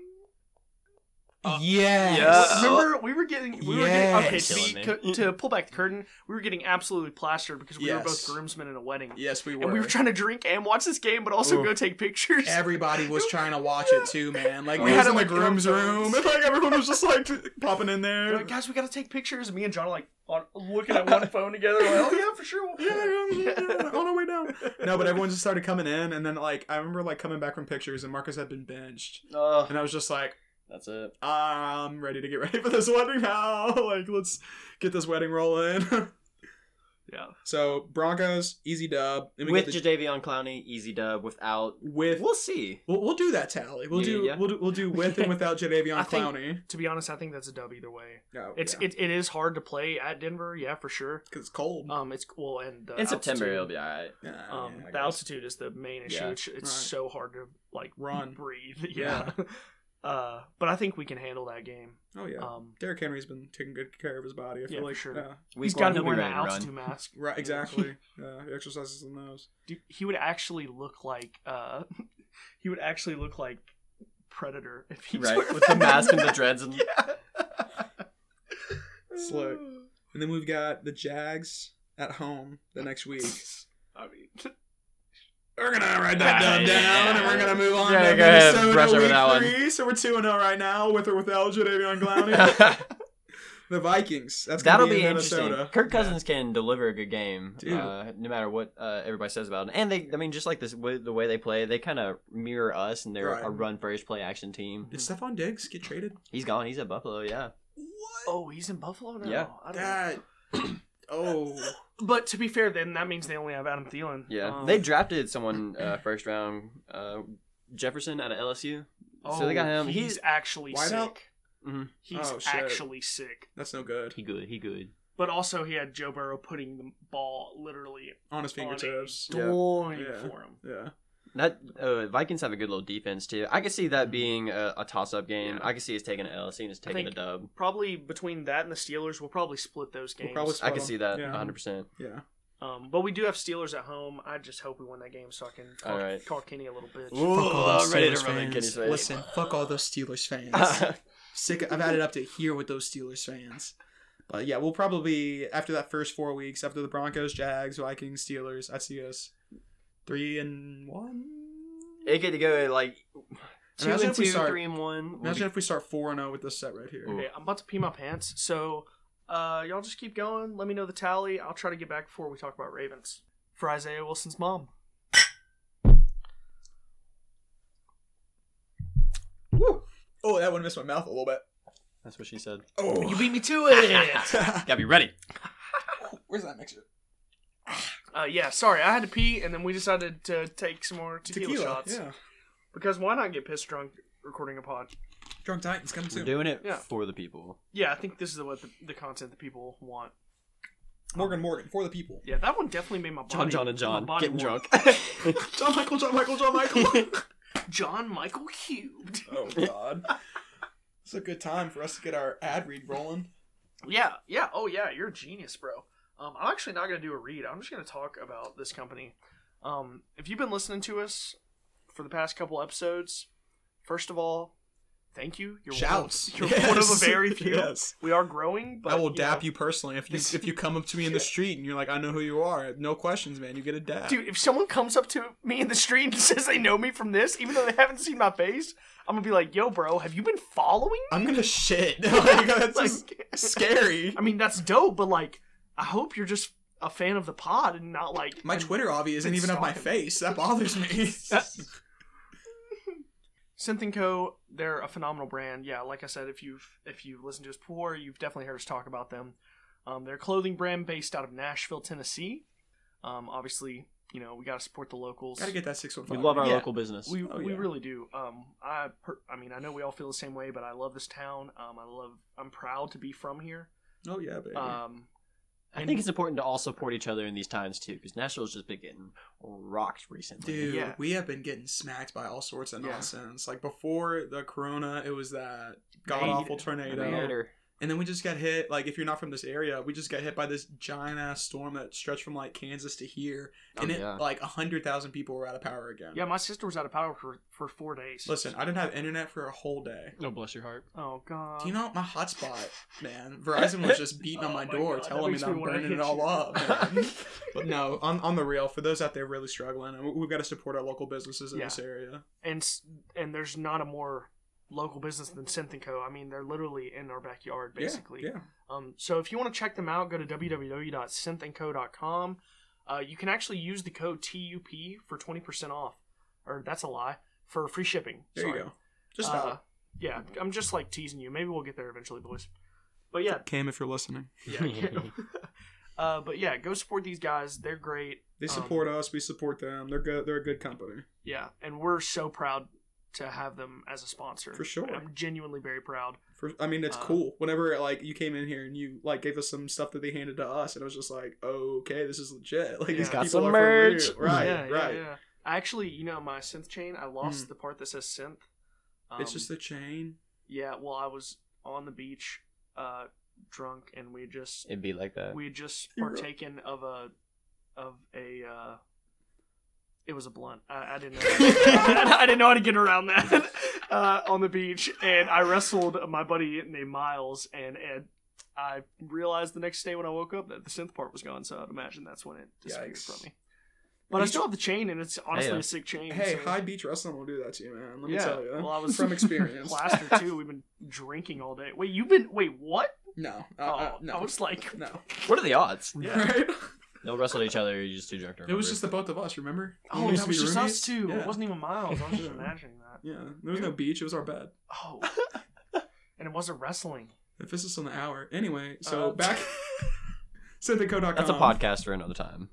Uh,
Yeah.
Remember, we were getting we were getting okay
Yes.
to, be,
Killing
co- to pull back the curtain. We were getting absolutely plastered because we were both
Yes.
groomsmen in a wedding,
Yes, we were.
and we were trying to drink and watch this game, but also
Ooh.
go take pictures.
Everybody was trying to watch it too, man. Like
We
we
had
had
it,
in the
like, in our
groom's room,
phones.
and like everyone was just like popping in
They're
there.
like, guys, we gotta take pictures. And me and John are like on, looking at one phone together. Like, oh yeah, for sure.
Yeah, yeah, yeah, on our way down. No, but everyone just started coming in, and then like I remember like coming back from pictures, and Marcus had been benched,
Oh,
and I was just like,
that's it.
I'm ready to get ready for this wedding now. like let's get this wedding rolling.
yeah.
so Broncos easy dub. Then we
With
get the-
Jadavion Clowney, easy dub. Without,
with
we'll see.
We'll, we'll do that tally. We'll
Yeah,
do
yeah.
we'll do we'll do with and without
I
Jadavion
think-
Clowney.
To be honest, I think that's a dub either way.
No,
It's it, it is hard to play at Denver, yeah, for sure.
because it's cold.
Um, it's cool and the
In September,
altitude-
it'll be all right.
Nah,
um
yeah, I
the
guess.
altitude is the main issue.
Yeah.
It's, it's
Right.
so hard to like
Run.
breathe. Yeah. uh, but I think we can handle that game.
Oh yeah.
Um,
Derrick Henry's been taking good care of his body. I feel
Yeah, for
like
sure.
yeah.
Week
he's got to
one,
be wearing an
he'll ready to run.
altitude mask.
Right, exactly. yeah, he exercises in those.
Dude, he would actually look like uh, he would actually look like Predator if he
Right,
wore
with the
that.
mask and the dreads and
Slick. And then we've got the Jags at home the next week.
I mean,
We're gonna write that
that down,
down,
Dan,
and we're gonna move on.
Yeah,
to
go ahead,
Minnesota
brush over
week
that one.
three. So we're two and zero right now, with or without Jadavion Clowney.
That'll
the Vikings. That's gonna
be,
in
interesting.
Minnesota.
Kirk Cousins can deliver a good game,
Dude.
uh, no matter what uh, everybody says about him. And they, I mean, just like this, way- the way they play, they kind of mirror us, and they're
Right.
a run first, play action team.
Did Stephon Diggs get traded?
He's gone. He's at Buffalo. Yeah.
What?
oh, he's in Buffalo now.
Yeah.
I don't know.
That. oh.
But to be fair, then that means they only have Adam Thielen.
Yeah,
Um,
they drafted someone uh, first round, uh, Jefferson out of LSU. so they got
oh,
him.
He's
He's
actually
Wideout?
sick.
Mhm.
He's
Oh, shit.
actually sick.
That's no good.
he good. He good.
But also, he had Joe Burrow putting the ball literally
On his
on a
fingertips.
Yeah.
dime
Yeah.
for him.
Yeah.
That uh, Vikings have a good little defense too. I could see
Mm-hmm.
that being a, a toss up game.
Yeah.
I could see us taking an LSU and us
I
taking a
think-
dub.
Probably between that and the Steelers, we'll probably split those
We'll
games.
probably
I
split
could
'em.
see that
Yeah.
100. percent
Yeah.
um, but we do have Steelers at home. I just hope we win that game so I can call,
All right.
call Kenny a little bitch.
Oh, Listen, fuck all those Steelers fans. Sick. I've had it up to here with those Steelers fans. But yeah, we'll probably after that first four weeks, after the Broncos, Jags, Vikings, Steelers, I see us three and one.
it could go like two
Imagine
and
if we
two,
start-
three and one. We'll
Imagine
be-
if we start four and zero with this set right here.
Ooh.
Okay, I'm about to pee my pants, so uh, y'all just keep going. Let me know the tally. I'll try to get back before we talk about Ravens. For Isaiah Wilson's mom.
Woo. Oh, that one missed my mouth a little bit.
That's what she said.
Oh,
You beat me to it!
Gotta be ready.
Where's that mixer?
uh, yeah, sorry. I had to pee, and then we decided to take some more tequila,
Tequila.
shots.
Yeah.
Because why not get pissed drunk recording a pod?
Drunk Titans coming
We're
soon.
doing it
Yeah.
for the people.
Yeah, I think this is what the, the content that people want.
Morgan Morgan for the people.
Yeah, that one definitely made my body.
John, John, and John
my body
getting
warm.
drunk.
John Michael, John Michael, John Michael.
John Michael cubed.
oh God. It's a good time for us to get our ad read rolling.
Yeah, yeah, oh yeah, you're a genius, bro. Um, I'm actually not gonna do a read. I'm just gonna talk about this company. Um, if you've been listening to us for the past couple episodes, first of all, thank you. You're
Shouts.
One of, you're one of
Yes.
the very few.
Yes.
We are growing, but
I will
know-
dap you personally if you
this-
if you come up to me in the street and you're like, I know who you are. No questions, man. You get a dap.
Dude, if someone comes up to me in the street and says they know me from this, even though they haven't seen my face, I'm gonna be like, "Yo, bro, have you been following?"
I'm gonna shit. like, that's
Like-
just scary.
I mean, that's dope, but like, I hope you're just a fan of the pod and not like
My
an-
Twitter obvi isn't even up my
Stalking.
face. That bothers me.
Synth & Co. They're a phenomenal brand. Yeah, like I said, if you've if you've listened to us before, you've definitely heard us talk about them. Um, they're a clothing brand based out of Nashville, Tennessee. Um, obviously, you know we got to support the locals.
Gotta get that six one
We
five.
love our
Yeah.
local business.
we
Oh,
we
yeah.
really do. Um, I per- I mean I know we all feel the same way, but I love this town. Um, I love I'm proud to be from here.
Oh yeah, baby.
Uh,
Um,
I think it's important to all support each other in these times too, because Nashville's just been getting rocked recently.
Dude,
yeah.
we have been getting smacked by all sorts of
Yeah.
nonsense. Like before the corona, it was that god
Tornado.
awful tornado.
Tornado.
And then we just got hit, like if you're not from this area, we just got hit by this giant ass storm that stretched from like Kansas to here.
Oh,
And it
yeah.
like a hundred thousand people were out of power again.
yeah, my sister was out of power for for four days.
Listen, I didn't have internet for a whole day.
No, bless your heart.
oh god,
Do you know my hotspot, man? Verizon was just beating on
Oh
my
my
door,
God, that
telling me
makes
that
me
I'm
wanna
burning
hit
it all
you.
up. man. but no, on on the real, for those out there really struggling, we- we've got to support our local businesses in
Yeah.
this area.
and s- and there's not a more local business than Synth & Co. I mean, they're literally in our backyard,
Yeah,
basically.
yeah.
Um, so if you want to check them out, go to www.synthandco.com. Uh, you can actually use the code TUP for 20% off, or that's a lie, for free shipping.
There
Sorry.
you go. Just
Uh,
about.
yeah, I'm just like teasing you. Maybe we'll get there eventually, boys. But yeah,
Cam, if you're listening,
yeah. uh, but yeah, go support these guys. They're great.
they
Um,
support us. We support them. They're good. They're a good company.
Yeah, and we're so proud to have them as a sponsor.
For sure.
I'm genuinely very proud.
For, I mean, it's
Uh,
cool. Whenever like you came in here and you like gave us some stuff that they handed to us, and it was just like, okay, this is legit. Like these
Yeah. Got
people
some
are for real.
merch.
right?
yeah,
right. Hmm.
Yeah, yeah. I actually, you know, my synth chain, I lost the part that says synth. Um,
it's just the chain.
yeah. Well, I was on the beach, uh, drunk, and we had just
It'd be like that.
we had just
You're right.
partaken of a of a. Uh, it was a blunt. I, I didn't know. I didn't know how to get around that uh, on the beach, and I wrestled my buddy named Miles, and and I realized the next day when I woke up that the synth part was gone. So I'd imagine that's when it disappeared
Yikes.
from me. But I
Beach-
still have the chain, and it's honestly
Hey, uh,
a sick chain.
Hey,
so-
high beach wrestling will do that to you, man. Let me
Yeah,
tell you.
well, I was-
from experience.
Plaster too. We've been drinking all day. Wait, you've been wait what?
no, uh,
Oh,
uh, no,
I was like,
no.
What are the odds?
Yeah.
Right?
They'll wrestle each other. You're just too drunk to
It
remember.
was just the both of us. Remember?
oh,
We used
that
to
was
be
just us
roommates.
two.
Yeah.
It wasn't even Miles. I was just
Yeah.
imagining that.
Yeah, there was no beach. It was our bed.
Oh, and it wasn't wrestling.
Emphasis on the hour. Anyway, so
Uh,
back. Synthico.com.
That's a podcast for another time.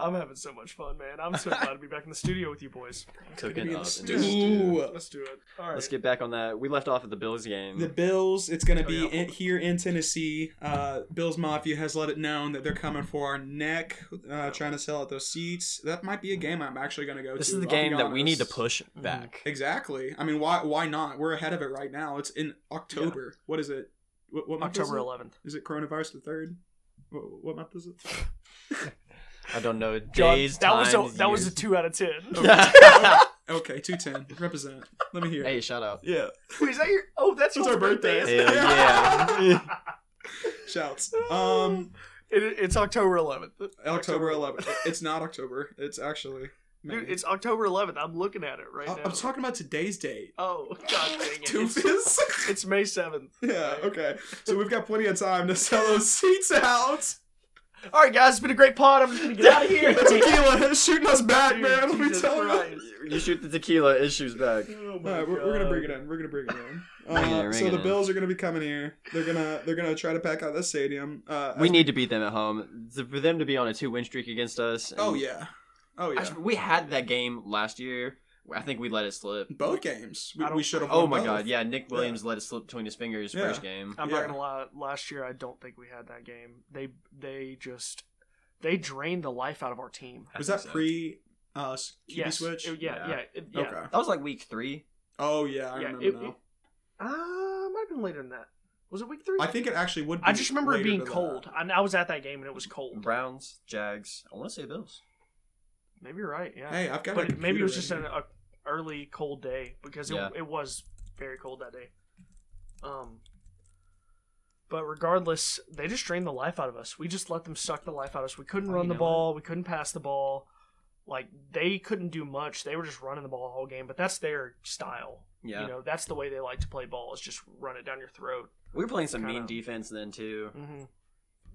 I'm having so much fun, man. I'm so glad to be back in the studio with you boys.
Be in
Cooking
the
up. and
studio.
Uh, just, dude,
Ooh.
Let's do it. All right.
Let's get back on that. We left off at the Bills game.
The Bills, it's going to be
Oh, yeah.
in, here in Tennessee. Uh, Bills Mafia has let it known that they're coming for our neck, uh, trying to sell out those seats. That might be a game I'm actually going to go to.
this is the
I'll be
game that we need to
honest.
push
Mm-hmm.
back.
Exactly. I mean, why why not? We're ahead of it right now. It's in October. What is it? What, what month is
October
it?
11th.
Is it coronavirus the third? What, what month is it?
I don't know
John,
days.
that was a,
times,
that was a
years.
two out of ten.
okay, two ten. Represent. Let me hear.
hey, shout out.
Yeah.
Wait, is that your? Oh, that's
It's
your
our birthday.
isn't
Hell
it?
yeah.
Shouts. Um,
It- it's October 11th.
October 11th. It's not October. It's actually. May.
Dude, it's October 11th. I'm looking at it right
I,
now.
I'm talking about today's date.
Oh god dang it! It's,
Doofus.
it's May 7th.
yeah. Okay. So we've got plenty of time to sell those seats out.
All right, guys, it's been a great pod. I'm just gonna get out of here.
Tequila is shooting us back,
Dude,
man. Let me
Jesus
tell you.
Christ.
You shoot the tequila, issues back.
Oh my
All right, we're, we're gonna
God.
bring it in. We're gonna bring it in.
Bring it
Uh,
in,
so
bring it
the
in.
Bills are gonna be coming here. They're gonna they're gonna try to pack out the stadium. Uh,
We
as-
need to beat them at home. Th- For them to be on a two win streak against us. and-
Oh yeah. Oh yeah.
Actually, We had that game last year. I think we let it slip.
both games. We,
I don't-
we should have.
Oh my god, yeah. Nick Williams let it slip between his fingers
Yeah.
first game.
I'm
Yeah.
not gonna lie. Last year, I don't think we had that game. They they just they drained the life out of our team.
I
Was
think
that
so.
pre uh s- QB
Yes.
switch?
It- yeah, yeah,
Yeah.
it- yeah.
Okay.
That was like week three.
Oh yeah, I
Yeah,
remember
it-
now.
it- Uh, might have been later than that. Was it week three?
I think it actually would. be
I just remember it
later
being
than that. Mm.
cold. I, I was at that game and it was cold.
Browns, Jags. I want to say Bills.
Maybe you're right. Yeah.
Hey, I've got. my
but maybe it was
computer
just
right
an a early cold day because it,
Yeah.
it was very cold that day. Um, but regardless, they just drained the life out of us. We just let them suck the life out of us. We couldn't
Oh,
run
you
the
know
ball. We couldn't pass the ball. Like they couldn't do much. They were just running the ball the whole game. But that's their style.
Yeah.
You know, that's the way they like to play ball is just run it down your throat.
we were playing some mean
Kinda.
defense then, too.
Mm-hmm.
here.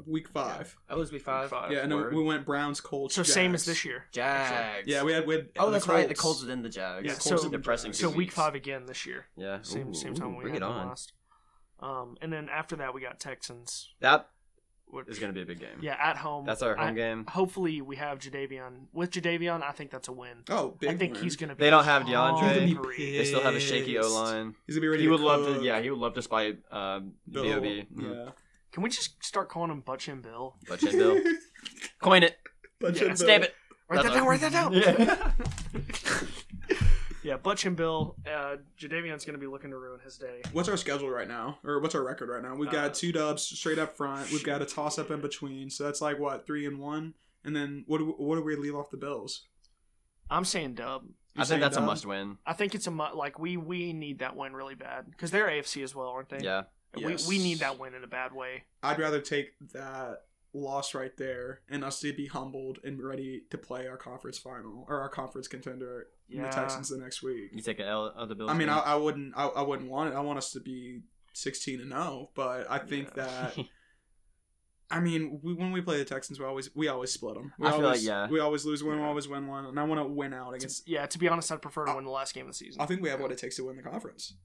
Week five.
That was week five.
Five.
Yeah, and then
word.
we went Browns, Colts.
So same as
Jags.
this year.
Jags.
Yeah, we had. We had
Oh, that's right. The Colts within the Jags.
Yeah,
Colts So-
It's a depressing.
Jags.
two
So week
weeks.
five again this year.
Yeah.
Same
Ooh,
same time
ooh,
we
bring
had
it
the
on.
last. Um, and then after that we got Texans.
That
Which,
is going to be a big game.
yeah at home.
That's our home
I-
game.
Hopefully we have Jadavion. With Jadavion, I think that's a win.
Oh, big.
I think
win.
he's gonna. be
They don't have DeAndre.
He's gonna
hungry.
be
They still have a shaky
pissed.
O line.
He's gonna be ready.
He
to
would love
cook.
to. Yeah, he would love to spite um,
Bill.
Bob.
Yeah.
Can we just start calling him Butch and Bill?
But Chet Bill, coin it.
Bunch
Yeah,
of
Stamp
the-
it.
Write that
That's
down.
all.
Write that down.
Yeah.
yeah, Butch and Bill. Uh, Jadavion's gonna be looking to ruin his day.
What's our schedule right now, or what's our record right now? We've got
Uh,
two dubs straight up front. We've got a toss up in between, so that's like what three and one. And then what do we, what do we leave off the Bills?
I'm saying Dub.
I
You're
think
saying
that's a
dub?
must win.
I think it's a mu- like we we need that win really bad because they're AFC as well, aren't they?
Yeah.
And We,
Yes.
we need that win in a bad way.
I'd rather take that loss right there and us to be humbled and ready to play our conference final or our conference contender in
Yeah.
the Texans the next
You
week.
take an L of the Bills.
I mean, I,
game.
I wouldn't, I, I wouldn't want it. I want us to be sixteen and zero, but I think
Yeah.
that. I mean, we, when we play the Texans, we always we always split them. We
I feel like,
always,
yeah.
we always lose one, we
Yeah.
always win one, and I want to win out against.
Yeah, to be honest, I'd prefer to
I-
win the last game of the season.
I think we have what it takes to win the conference.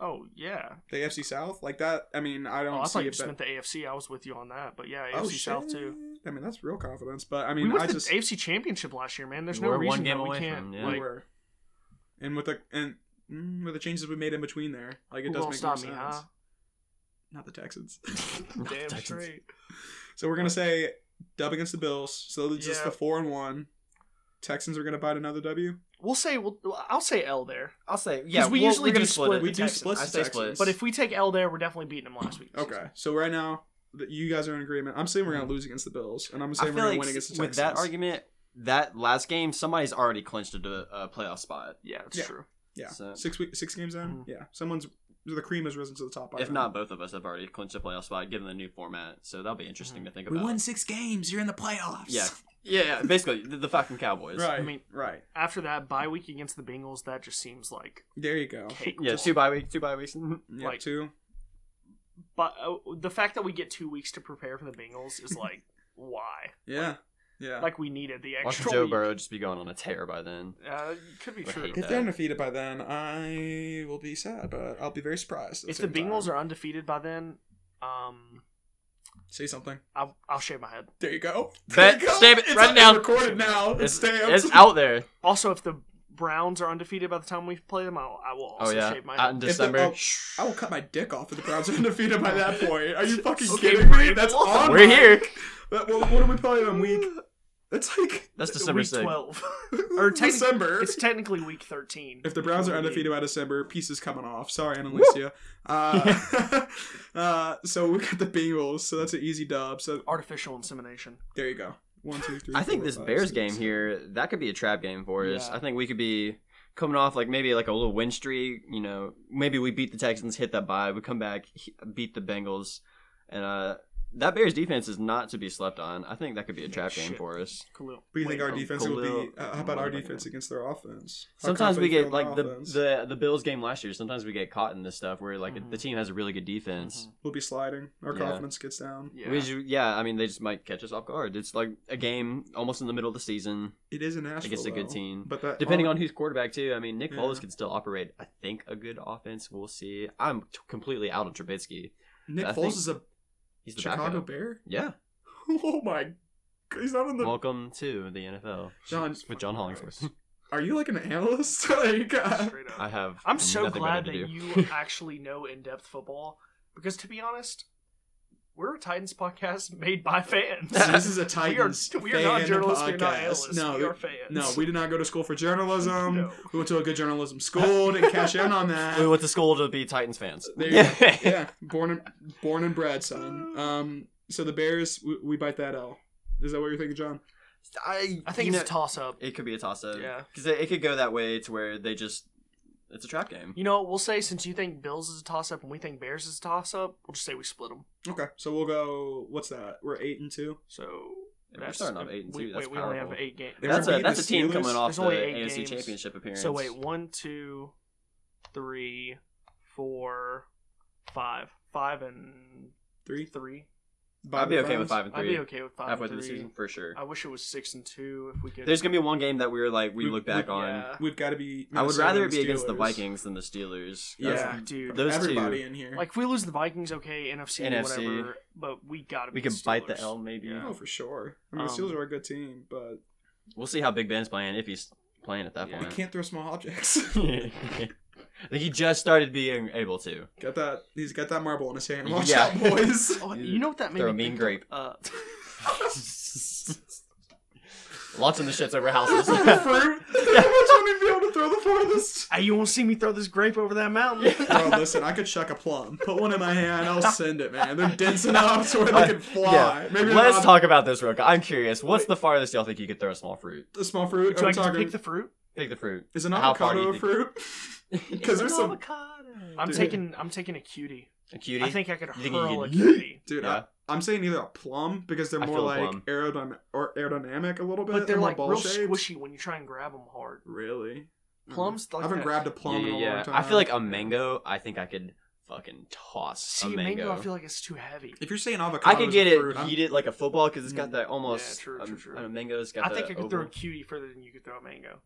oh yeah.
The AFC South, like that. I mean, I don't
Oh, I
see
thought you
it.
just
but-
meant the AFC. I was with you on that, but yeah, AFC
oh
South
shit.
too.
I mean, that's real confidence, but I
we
mean,
went
I
to
just
the AFC Championship last year, man. There's
We
no
were
reason
one game
that we
away
can't.
from, yeah.
we
Like,
were, and with the and mm, with the changes we made in between there, like it
who
does
gonna
make more
stop
sense.
me, huh?
Not the Texans.
Not the
Damn
Texans.
straight.
so we're gonna say dub against the Bills. So it's just
Yeah.
the four and one. Texans are gonna bite another W.
We'll say we'll. I'll say L there.
I'll say yeah.
we
we're-
usually
we're gonna
do
split
split
it.
We
the
do
Texans.
split
I
the
say
Texans.
split.
But if we take L there, we're definitely beating them last week.
Okay, so right now th- you guys are in agreement. I'm saying we're
Mm-hmm.
gonna lose against the Bills, and I'm saying we're gonna win against the Texans.
with that argument, that last game, somebody's already clinched a, a playoff spot.
Yeah, that's
Yeah.
true.
yeah,
So-
six week, six games in.
Mhm.
Yeah, someone's the cream has risen to the top. by
If
now.
not, both of us have already clinched a playoff spot given the new format. So that'll be
Mm.
interesting to think about.
six games. You're in the playoffs.
Yeah. Yeah, basically the, the fucking Cowboys.
right.
I mean-
right.
After that bye week against the Bengals, that just seems like
There you go.
cake.
Yeah,
walk.
two bye weeks, two bye weeks.
Yeah,
Like-
two.
But uh, the fact that we get two weeks to prepare for the Bengals is like, why?
Yeah, yeah.
Like we needed the
Watch
extra
Joe
week.
Burrow just be going on a tear by then.
Uh, could be
Would
true.
hate
if
that.
they're undefeated by then, I will be sad, but I'll be very surprised.
If the Bengals are undefeated by then, um,
say something,
I'll, I'll shave my head.
there you go. There
Bet-
you go.
stamp it,
It's
write it
up-
down.
It's recorded now. It's,
It's,
stamped.
it's out there.
Also, if the Browns are undefeated by the time we play them, I'll, I will also
oh yeah,
shave my
out
head.
in
If the-
December.
oh, I will cut my dick off if the Browns are undefeated by that point. Are you fucking
Okay,
kidding me?
we're-
That's on
We're
my-
here.
That, well, what are we playing on week? That's like
That's December
week
6th.
12. Or technic-
December.
it's technically week 13.
If the Browns are undefeated by December, pieces coming off. Sorry, Annalicia. Uh, uh, so we got the Bengals, so that's an easy dub. So
Artificial insemination.
there you go. One, two, three.
I think
four,
this
five,
Bears
six.
game here that could be a trap game for us.
Yeah.
I think we could be coming off like maybe like a little win streak. You know, maybe we beat the Texans, hit that bye, we come back, he- beat the Bengals, and uh, that Bears defense is not to be slept on. I think that could be a trap game
shit.
for us.
Khalil.
What do you think our
Wait, oh,
defense will be?
Khalil-
Uh, how about our
Motherfucker.
defense against their offense? How
Sometimes
confident
we get
you feel
like
on
the,
offense?
the the Bills game last year. Sometimes we get caught in this stuff where like
Mhm.
the team has a really good defense.
we'll be sliding. Our
Yeah.
confidence gets down.
Yeah.
We ju- yeah, I mean they just might catch us off guard. It's like a game almost in the middle of the season.
It is in Nashville.
Against a good
though.
team.
but that
Depending on who's quarterback too, I mean Nick
Yeah.
Foles can still operate. I think a good offense. We'll see. I'm t- completely out on Trubisky.
Nick
I
Foles
think-
is a
He's the
Chicago
backup.
Bear.
Yeah.
Oh my, God, he's not in the.
Welcome to the NFL.
John,
Jesus
with
fucking
John Hollingsworth.
Christ.
are you like an analyst? like, uh,
Straight up.
I have.
I'm so
nothing
glad
better
that
to do.
you actually know in depth football because, to be honest, We're a Titans podcast made by fans.
this is a
we are,
Titans
we are not
fan
journalists. We are not
podcast.
analysts.
No,
we are fans.
no, we um, did not go to school for journalism.
No.
We went to a good journalism school. Didn't cash in on that.
We went to school to be Titans fans.
There you go. yeah, born and born and bred, son. Um, so the Bears, we, we bite that L. Is that what you're thinking, John?
I,
I think
you
it's
know,
a toss up.
it could be a toss up.
Yeah.
because it, it could go that way to where they just it's a trap game.
You know, we'll say since you think Bills is a toss up and we think Bears is a toss up, we'll just say we split them.
Okay, so we'll go. What's that? We're eight and two.
So
And we're starting off eight and
we-
two. That's
wait, we only have
powerful.
eight games.
They
that's
were
a
beating
that's
the
a team
Steelers.
coming off
There's
the
only eight
AFC
games.
Championship appearance.
So wait, one, two, three, four, five, five and
Three.
three.
Bye,
I'd be
the
okay with
Browns.
five and
I'd
three
be okay with five
halfway
and
through the
three.
season for sure.
I wish it was six and two. If we could,
There's gonna be one game that we were like we
We-
look back
we-
on.
Yeah.
We've got to be.
I would
Minnesota
rather it
and
be against the
Steelers.
Vikings than the Steelers. That's-
Yeah.
dude.
Those
Everybody
two.
in here.
Like if we lose the Vikings, okay, NFC,
NFC.
whatever. But we gotta.
we
beat
can bite the
Steelers.
L maybe.
Yeah.
oh, for sure. I mean, the
Um,
Steelers are a good team, but
We'll see how Big Ben's playing if he's playing at that
Yeah.
we
point.
can't throw small objects.
I think he just started being able to.
got that? He's got that marble in his hand. Watch
Yeah.
out, boys.
Oh, you know what that made
They're
me
a mean
think
grape.
of? Uh,
Launching the shits over
Is
houses.
that fruit? Which one would be able to throw the farthest?
hey, you won't see me throw this grape over that mountain.
Bro, listen, I could chuck a plum. Put one in my hand, I'll send it, man. They're dense enough to where they can fly. Maybe
Let's
not
talk about this real quick. I'm curious. What's the farthest y'all think you could throw a small fruit?
a small fruit.
Do
I'm
I get to
talking-
pick the fruit?
Pick the fruit.
is an
how far do
avocado
you
a fruit? Because there's some.
I'm
Dude.
taking. I'm taking a cutie.
A cutie.
I think I could
You think you
hurl a
could-
cutie.
Dude,
Yeah.
I, I'm saying either a plum because they're
I
more
feel a
like
plum.
aerodynamic or aerodynamic a little bit.
But they're
more
like real
ball-shaped.
squishy when you try and grab them hard.
Really?
Plums
I
like
Hmm. haven't
that.
grabbed a
yeah,
plum
yeah,
in a long
yeah.
time.
I feel like a mango. I think I could fucking toss
See,
a
mango.
mango.
I feel like it's too heavy.
If you're saying avocado,
I could get it,
fruit, I'm-
heat it like a football because it's got
Mm.
that almost.
Yeah, true,
um,
true, true.
I know mango's got
I think
the
I could throw a
oval.
cutie further than you could throw a mango.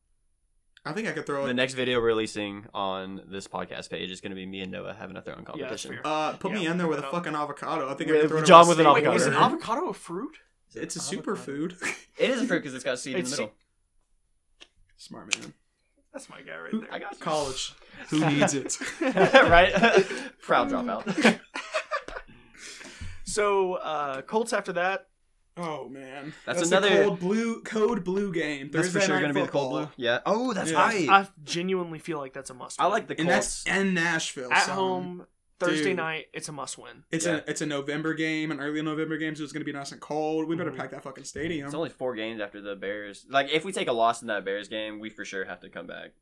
I think I could throw
The
it.
next video we're releasing on this podcast page is going to be me and Noah having a throwing
Yeah, that's
competition.
fair.
Uh, put me
Yeah,
in there with a
that up.
fucking avocado. I think I
With
could throw it
John
over
with an
steak.
Wait, is an
avocado.
avocado a fruit?
It's a superfood.
It is a fruit because it's got seed in the
It's-
middle.
Smart man.
That's my guy right
Who-
there.
I got you.
College. Who needs it?
right? Proud dropout.
So uh, Colts after that.
Oh man,
That's
the
another-
cold blue code blue game.
That's for
Thursday
sure
Night
going to be the cold
Football.
blue. Yeah. Oh, that's
Yeah.
right. I,
I genuinely feel like that's a must.
like the
and
Colts.
that's in Nashville.
at
son.
home Thursday
Dude.
night. It's a must win.
It's
Yeah.
a it's a November game, an early November game, so it's going to be nice and cold. We better
Mhm.
pack that fucking stadium.
It's only four games after the Bears. Like, if we take a loss in that Bears game, we for sure have to come back.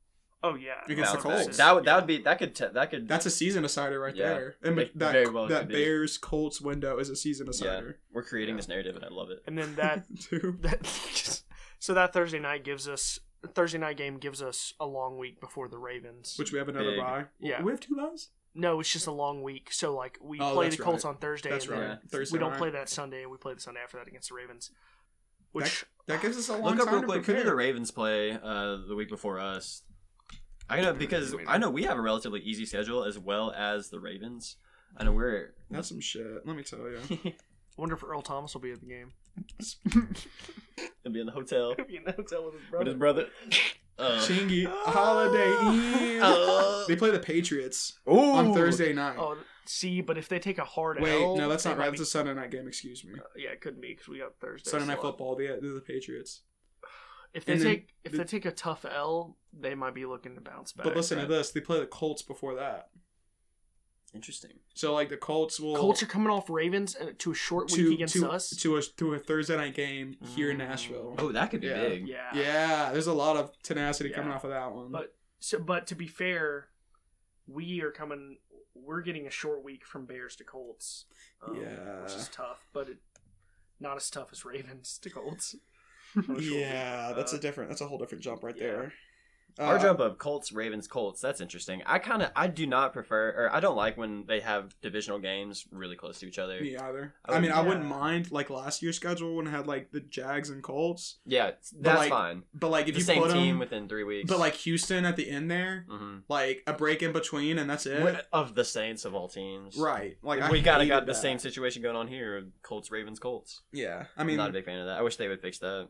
Oh yeah.
Against the
Bounce back.
Colts.
That would that would be that could te- that could
That's a season decider right
Yeah.
there. And
It
that
very well
that
could be.
Bears Colts window is a season decider
we're creating
Yeah.
this narrative and I love it.
And then that
too.
that so that Thursday night gives us Thursday night game gives us a long week before the Ravens.
Which we have another
Big.
bye.
Yeah.
we have two buys.
no, it's just a long week. So like we
Oh,
play
that's
the Colts
right.
on Thursday.
That's
and
right.
then
Yeah.
Thursday.
We don't
night.
play that Sunday, and we play the Sunday after that against the Ravens. Which
That gives us a long
Look up
time
real
to
quick. Who
prepare.
did the Ravens play uh, the week before us? I know because I know we have a relatively easy schedule as well as the Ravens. I know we're
That's some shit. Let me tell you.
I wonder if Earl Thomas will be at the game.
gonna be in the hotel
He'll be in the hotel with his
with his
brother.
brother. Uh,
Chingy
Oh.
Holiday Inn.
uh,
They play the Patriots
ooh.
on Thursday night.
Oh, see, but if they take a hard
Wait,
L,
no, that's
they
not
might
right.
be-
That's a Sunday night game. Excuse me.
yeah, it couldn't be because we got Thursday.
Sunday night
so-
football. The the, the Patriots.
If they
And then-
take if they take a tough L, they might be looking to bounce back.
But listen
right.
to this. They play the Colts before that.
Interesting.
So like the Colts will
Colts are coming off Ravens and to a short week
to
against
to,
us.
to a to a Thursday night game here in Nashville.
Oh, that could be
Yeah.
big.
yeah.
Yeah, there's a lot of tenacity
Yeah.
coming off of that one.
But- So, but to be fair, we are coming. We're getting a short week from Bears to Colts. um,
Yeah.
which is tough, but it, not as tough as Ravens to Colts. From a short
yeah,
week.
that's
Uh,
a different. That's a whole different jump right
yeah.
there.
Our
Uh,
jump of Colts, Ravens, Colts. That's interesting. I kind of I do not prefer or I don't like when they have divisional games really close to each other.
Me either.
I
I mean, I
would-
wouldn't
yeah.
mind like last year's schedule when it had like the Jags and Colts,
Yeah, that's
like,
fine.
but like if
the
you
same
put
team
'em-
within three weeks.
but like Houston at the end there,
hmm
like a break in between, and that's it.
What- of the Saints of all teams,
Right. Like I
we kind of
hated
got the
that.
same situation going on here: Colts, Ravens, Colts.
Yeah. I
I
mean,
am not a big fan of that. I wish they would fix that.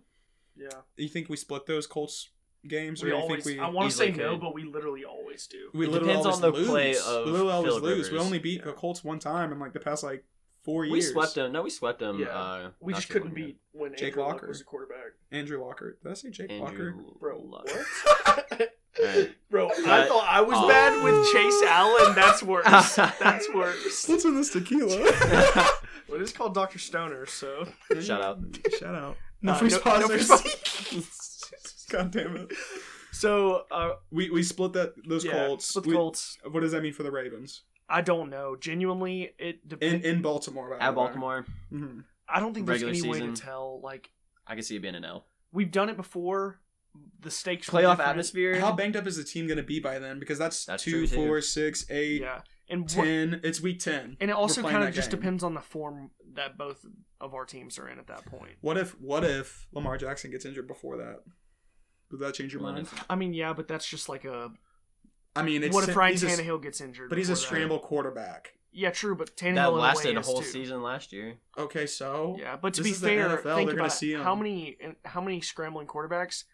yeah.
you think we split those Colts games, or
We
you
always.
think we
I want to say
easily
no,
could.
but we literally always do.
we
It
literally
depends
always
on the
lose.
play of
we literally always
Phillip
lose. We
Rivers.
only beat
Yeah.
the Colts one time in like the past like four
We
years.
swept them. No, we swept them.
Yeah.
Uh,
We
not
just
too
couldn't
long ago.
beat when
Jake
Andrew Luck
Locker.
was the quarterback.
Andrew Locker. Did I say Jake Locker?
Andrew
Bro,
Luck.
what?
Alright.
Bro, I
Cut.
thought I was
Oh.
bad with Chase Allen. That's worse. That's worse.
What's in this tequila?
Well, it is called Dr. Stoner, so.
Shout out.
Shout
Uh,
out.
Nah,
No free
no- no
sponsors.
free
God damn it.
So, uh,
We we split that those
yeah,
Colts.
split the
We-
Colts.
What does that mean for the Ravens
I don't know. Genuinely, it
in
depends.
in Baltimore? by
At
the way.
Baltimore,
Mhm.
I don't think there's
regular
any way
season.
to tell. Like,
I could see it being an L.
we've done it before. The stakes were
Playoff
different.
atmosphere.
How banged up is the team going to be by then? Because that's,
That's
two,
true, too.
four, six, eight,
Yeah, and what,
ten. It's week ten.
and it
We're
also
playing
kind of
that
just
game.
depends on the form that both of our teams are in at that point.
What if what if Lamar Jackson gets injured before that? Does that change your
Well, then
mind?
it's-
I mean, yeah, but that's just like a.
I mean, it's
what if Ryan
he's a-
Tannehill gets injured?
but he's a
before that?
scramble quarterback.
Yeah, true, but Tannehill in
that
a
lasted
way
a
is
whole
too.
season last year.
Okay, so
Yeah, but to
This
be
is the
fair,
NFL,
think
they're gonna
about
see
it.
'em.
how many how many scrambling quarterbacks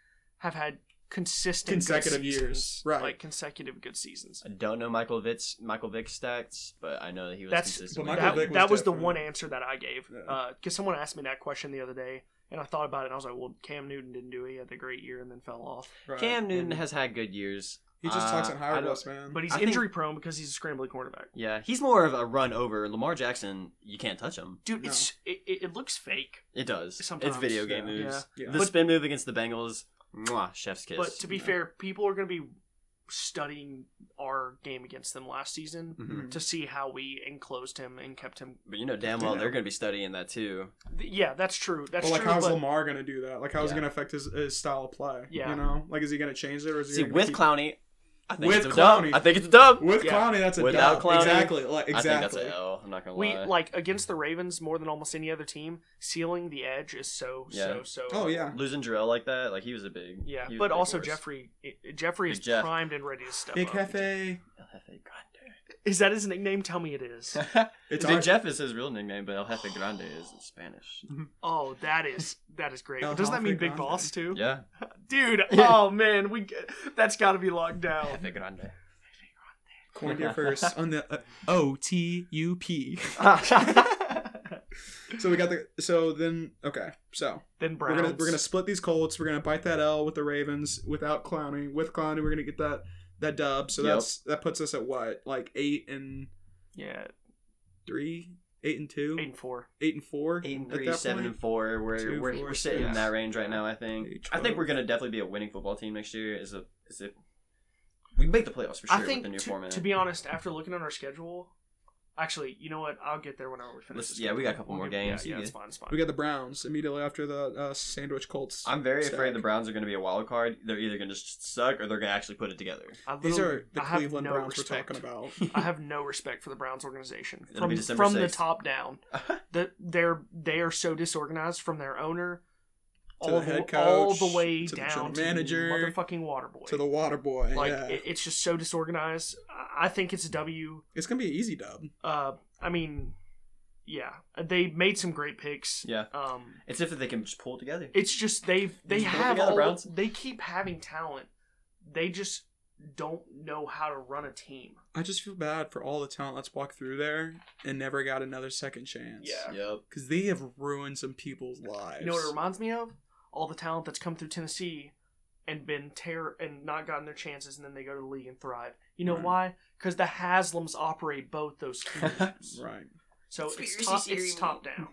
have had consistent good
Consecutive years,
seasons?
right.
Like consecutive good seasons.
I don't know Michael Vick's Michael Vick's stats, but I know that he was
That's-
consistently.
Michael
that
Vick was
that was the
different.
one answer that I gave
Yeah.
because someone asked me that question the other day, and I thought about it. and I was like, well, Cam Newton didn't do it. He had the great year and then fell off,
right.
Cam Newton
And-
has had good years.
he just talks
Uh,
on
I
higher
don't-
us, man.
but he's
I think-
injury prone because he's a scrambling quarterback.
Yeah, he's more of a run over. Lamar Jackson, you can't touch him.
Dude,
No.
it's it, it it looks fake.
It does.
Sometimes,
it's video
yeah.
game moves.
Yeah.
The
But-
spin move against the Bengals, mwah, chef's kiss.
But to be
Yeah.
fair, people are going to be studying our game against them last season
Mm-hmm.
Mhm.
to see how we enclosed him and kept him.
But you know damn well
Yeah.
they're going to be studying that too.
Th- Yeah, that's true. That's
But like,
true.
how's
but
Lamar gonna do that? Like, how's it
Yeah.
gonna affect his, his style of play?
Yeah.
you know, like, is he gonna change it or is he
See,
gonna
with
keep-
Clowney, I think
With
it's a dub.
Clowney.
I think it's a dub.
with
Yeah.
Clowney? That's a
Without
dub.
Clowney,
exactly. Like exactly.
I think that's an L. I'm not going to
we
lie.
like against the Ravens more than almost any other team? Sealing the edge is so so
Yeah.
so.
oh yeah,
Losing Jarrell like that, like he was a big.
Yeah,
he was a
but
big
also
horse.
Jeffrey. i- Jeffrey is
Big Jeff.
primed and ready to step
Big
up.
Cafe.
El Jefe Grande.
Is that his nickname? Tell me it is.
It's
Dude,
our-
Jeff is his real nickname, but El Jefe Grande is in Spanish.
Oh, that is that is great.
El
Doesn't that mean
Jefe
Big
Grande.
Boss too?
Yeah.
Dude, oh man, we that's got to be locked down.
Jefe Grande.
coined it first on the uh, O T U P. So we got the. So then, okay. So
then
we're
Browns.
gonna we're gonna split these Colts. We're gonna bite that L with the Ravens without Clowney. With Clowney, we're gonna get that that dub. So
Yep.
that's that puts us at what like eight and
yeah,
three, eight and two,
eight and four.
eight and four,
Eight and
at
three,
that
seven
point?
and four. We're
Two,
we we're,
four,
we're sitting in
six.
that range right now. I think.
Eight,
I think we're
12.
gonna definitely be a winning football team next year. Is a is it? We can make the playoffs for sure
I think
with the new
to,
format.
to be honest, after looking at our schedule, actually, you know what? I'll get there whenever we finish.
Let's-
this
yeah, we got a couple
We'll
more
get-
games.
Yeah, yeah,
You
it's
get-
fine. It's fine.
We got the Browns immediately after the uh, sandwich Colts.
I'm very
Stack.
afraid the Browns are gonna be a wild card. They're either gonna just suck or they're gonna actually put it together.
I
These
literally-
are the
I have
Cleveland
no
Browns
respect.
we're talking about.
I have no respect for the Browns organization
It'll
from,
be December
from the
6th.
top down. That they're they are so disorganized from their owner all,
To the
the,
head
all
coach,
the way
to the
down
general
to
manager,
the motherfucking water boy.
to the water boy.
like
yeah.
it- it's just so disorganized. I- I think it's a W.
it's gonna be an easy dub.
Uh, I mean, yeah, they made some great picks.
yeah,
Um,
it's if they can just pull it together.
it's just they've they
Just put it
have
together,
all,
Browns.
they keep having talent. They just don't know how to run a team.
I just feel bad for all the talent that's walked through there and never got another second chance.
Yeah.
Yep.
Because they have ruined some people's lives.
You know what it reminds me of? All the talent that's come through Tennessee and been terror and not gotten their chances, and then they go to the league and thrive. You know
Right.
why? Because the Haslams operate both those teams,
right.
so it's
Conspiracy
top,
theory.
it's top down.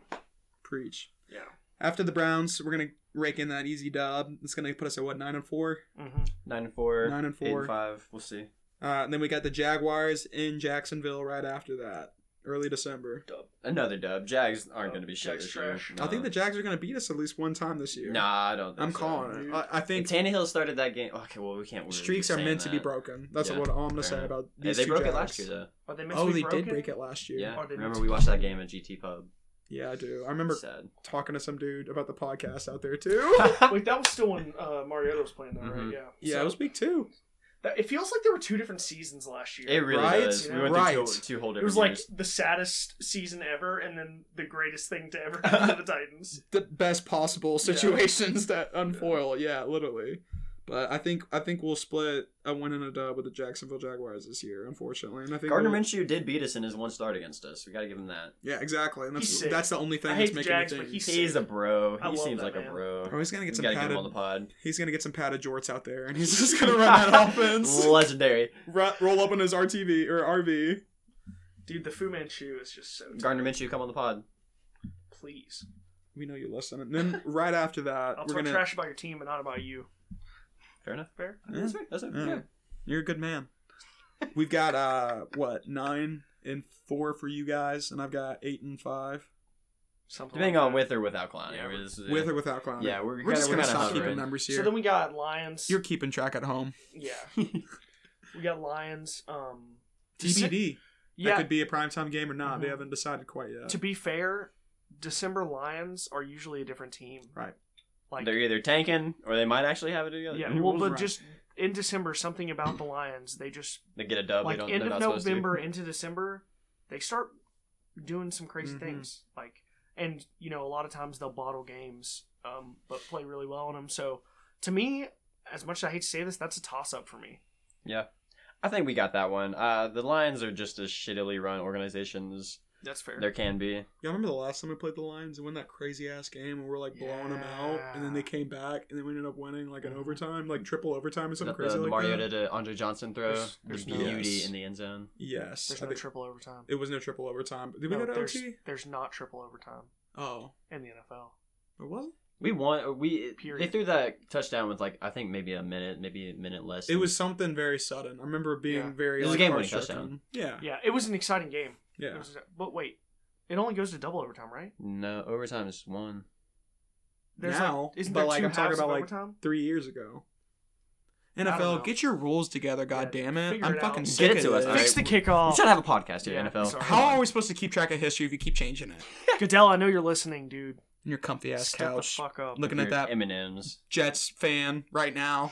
Preach.
Yeah.
After the Browns, we're gonna rake in that easy dub. It's gonna put us at what nine and four.
hmm
Nine and four.
Nine and
Eight
four.
and five. We'll see.
Uh, and then we got the Jaguars in Jacksonville right after that, early December.
Another dub. Jags aren't
Oh,
going to be shit
Jags
this year.
trash.
I think the Jags are gonna beat us at least one time this year.
Nah, uh, I don't. Think
I'm
so.
calling it. I, I
If
think
Tannehill started that game. Okay, well we can't. really be
streaks are
saying
meant to be
that.
broken. That's
Yeah,
what I'm gonna
fair
say
enough.
about
Hey,
these
they
two
broke it
Jags.
last year though.
Are they meant
Oh,
to be
they
broken?
did break it last year.
Are
Yeah,
they meant
remember
to
we
be
watched that game at GT Pub.
yeah, I do. I remember
Sad.
talking to some dude about the podcast out there too.
Wait, that was still when uh, Mariota was playing, though,
Mhm.
right? Yeah.
yeah,
So-
it was week two.
that- it feels like there were two different seasons last year.
It really
Right?
does.
Yeah.
We went through
Right.
two, two whole
It
different.
was like
years.
the saddest season ever, and then the greatest thing to ever happen to the Titans.
The best possible
Yeah.
situations that unfoil. Yeah, literally. But I think I think we'll split a win and a dub with the Jacksonville Jaguars this year, unfortunately. And I think
Gardner
we'll-
Minshew did beat us in his one start against us. We got to give him that.
Yeah, exactly. And that's
He's sick.
that's the only thing
I
that's
hate the
making
Jags,
the
but
team.
he's sick.
He's a bro.
I
He
love
seems
that
like
man.
a bro.
Oh, he's gonna get
We
some
gotta get
padded.
him on the pod.
He's gonna get some padded jorts out there, and he's just gonna run that offense.
Legendary.
Ru- roll up on his RTV or RV.
Dude, the Fu Manchu is just so. tight.
Gardner Minshew, come on the pod.
Please,
We know you listen. And then right after that,
I'll
we're
talk
gonna.
trash about your team, but not about you.
Fair enough.
Fair.
Yeah.
That's fair. That's fair.
Yeah.
Yeah.
You're a good man. We've got uh what nine and four for you guys, and I've got eight and five
Something.
Depending
like
on
that.
with or without Clowney.
Yeah,
We're just-
with or without Clowney.
Yeah,
we're,
we're, kinda,
just
we're
gonna
kinda
stop keeping
hovering.
numbers here.
So then we got Lions.
You're keeping track at home.
Yeah, we got Lions. Um, Dece-
TBD. That
yeah.
could be a primetime game or not. They
Mhm.
haven't decided quite yet.
to be fair, December Lions are usually a different team.
Right.
Like
They're either tanking or they might actually have it together.
yeah,
You're
well, but
right.
just in December, something about the Lions. They just
They get a dub.
like
they don't.
end
they're
of
not
November
supposed
into December, they start doing some crazy
Mhm.
things. Like, and you know, a lot of times they'll bottle games, um, but play really well on them. So, to me, as much as I hate to say this, that's a toss up for me.
to. Yeah, I think we got that one. Uh, the Lions are just as shittily run organizations
That's fair.
there can be.
Y'all remember the last time we played the Lions and won that crazy ass game and we are like blowing them out and then they
Yeah.
came back and then we ended up winning like an
Mhm.
overtime, like triple overtime or
The,
something
the,
crazy
the
like
Mariota
that.
to Andre Johnson throw,
There's- there's
the
no-
beauty
Yes.
in the end zone.
Yes.
There's
I
no
think
triple overtime.
it was no triple overtime. Did we
No,
go to
there's,
OT?
there's not triple overtime
Oh.
in the NFL.
It wasn't?
We won. We
Period.
they threw that touchdown with like I think maybe a minute, maybe a minute less.
It
than-
was something very sudden. I remember being
Yeah.
very
It was a
like,
game-winning
heart-stricken.
touchdown.
Yeah.
Yeah, it was an exciting game. It
Yeah.
was- but wait, it only goes to double overtime, right?
no overtime is one.
Now,
like, isn't
but,
there
like,
two
I'm talking
halves
about,
of
like,
overtime?
Three years ago.
don't know.
NFL, get your rules together,
Yeah,
God damn it!
figure
I'm
it
fucking
out.
sick
Get it
of
to us,
this.
all right?
Fix the
we
Oh.
kickoff.
should have a podcast here,
Yeah,
NFL.
sorry.
How are we supposed to keep track of history if you keep changing it?
Goodell, I know you're listening, dude.
In your comfy ass
Step
couch,
the fuck up.
looking at that
M and M's.
Jets fan right now,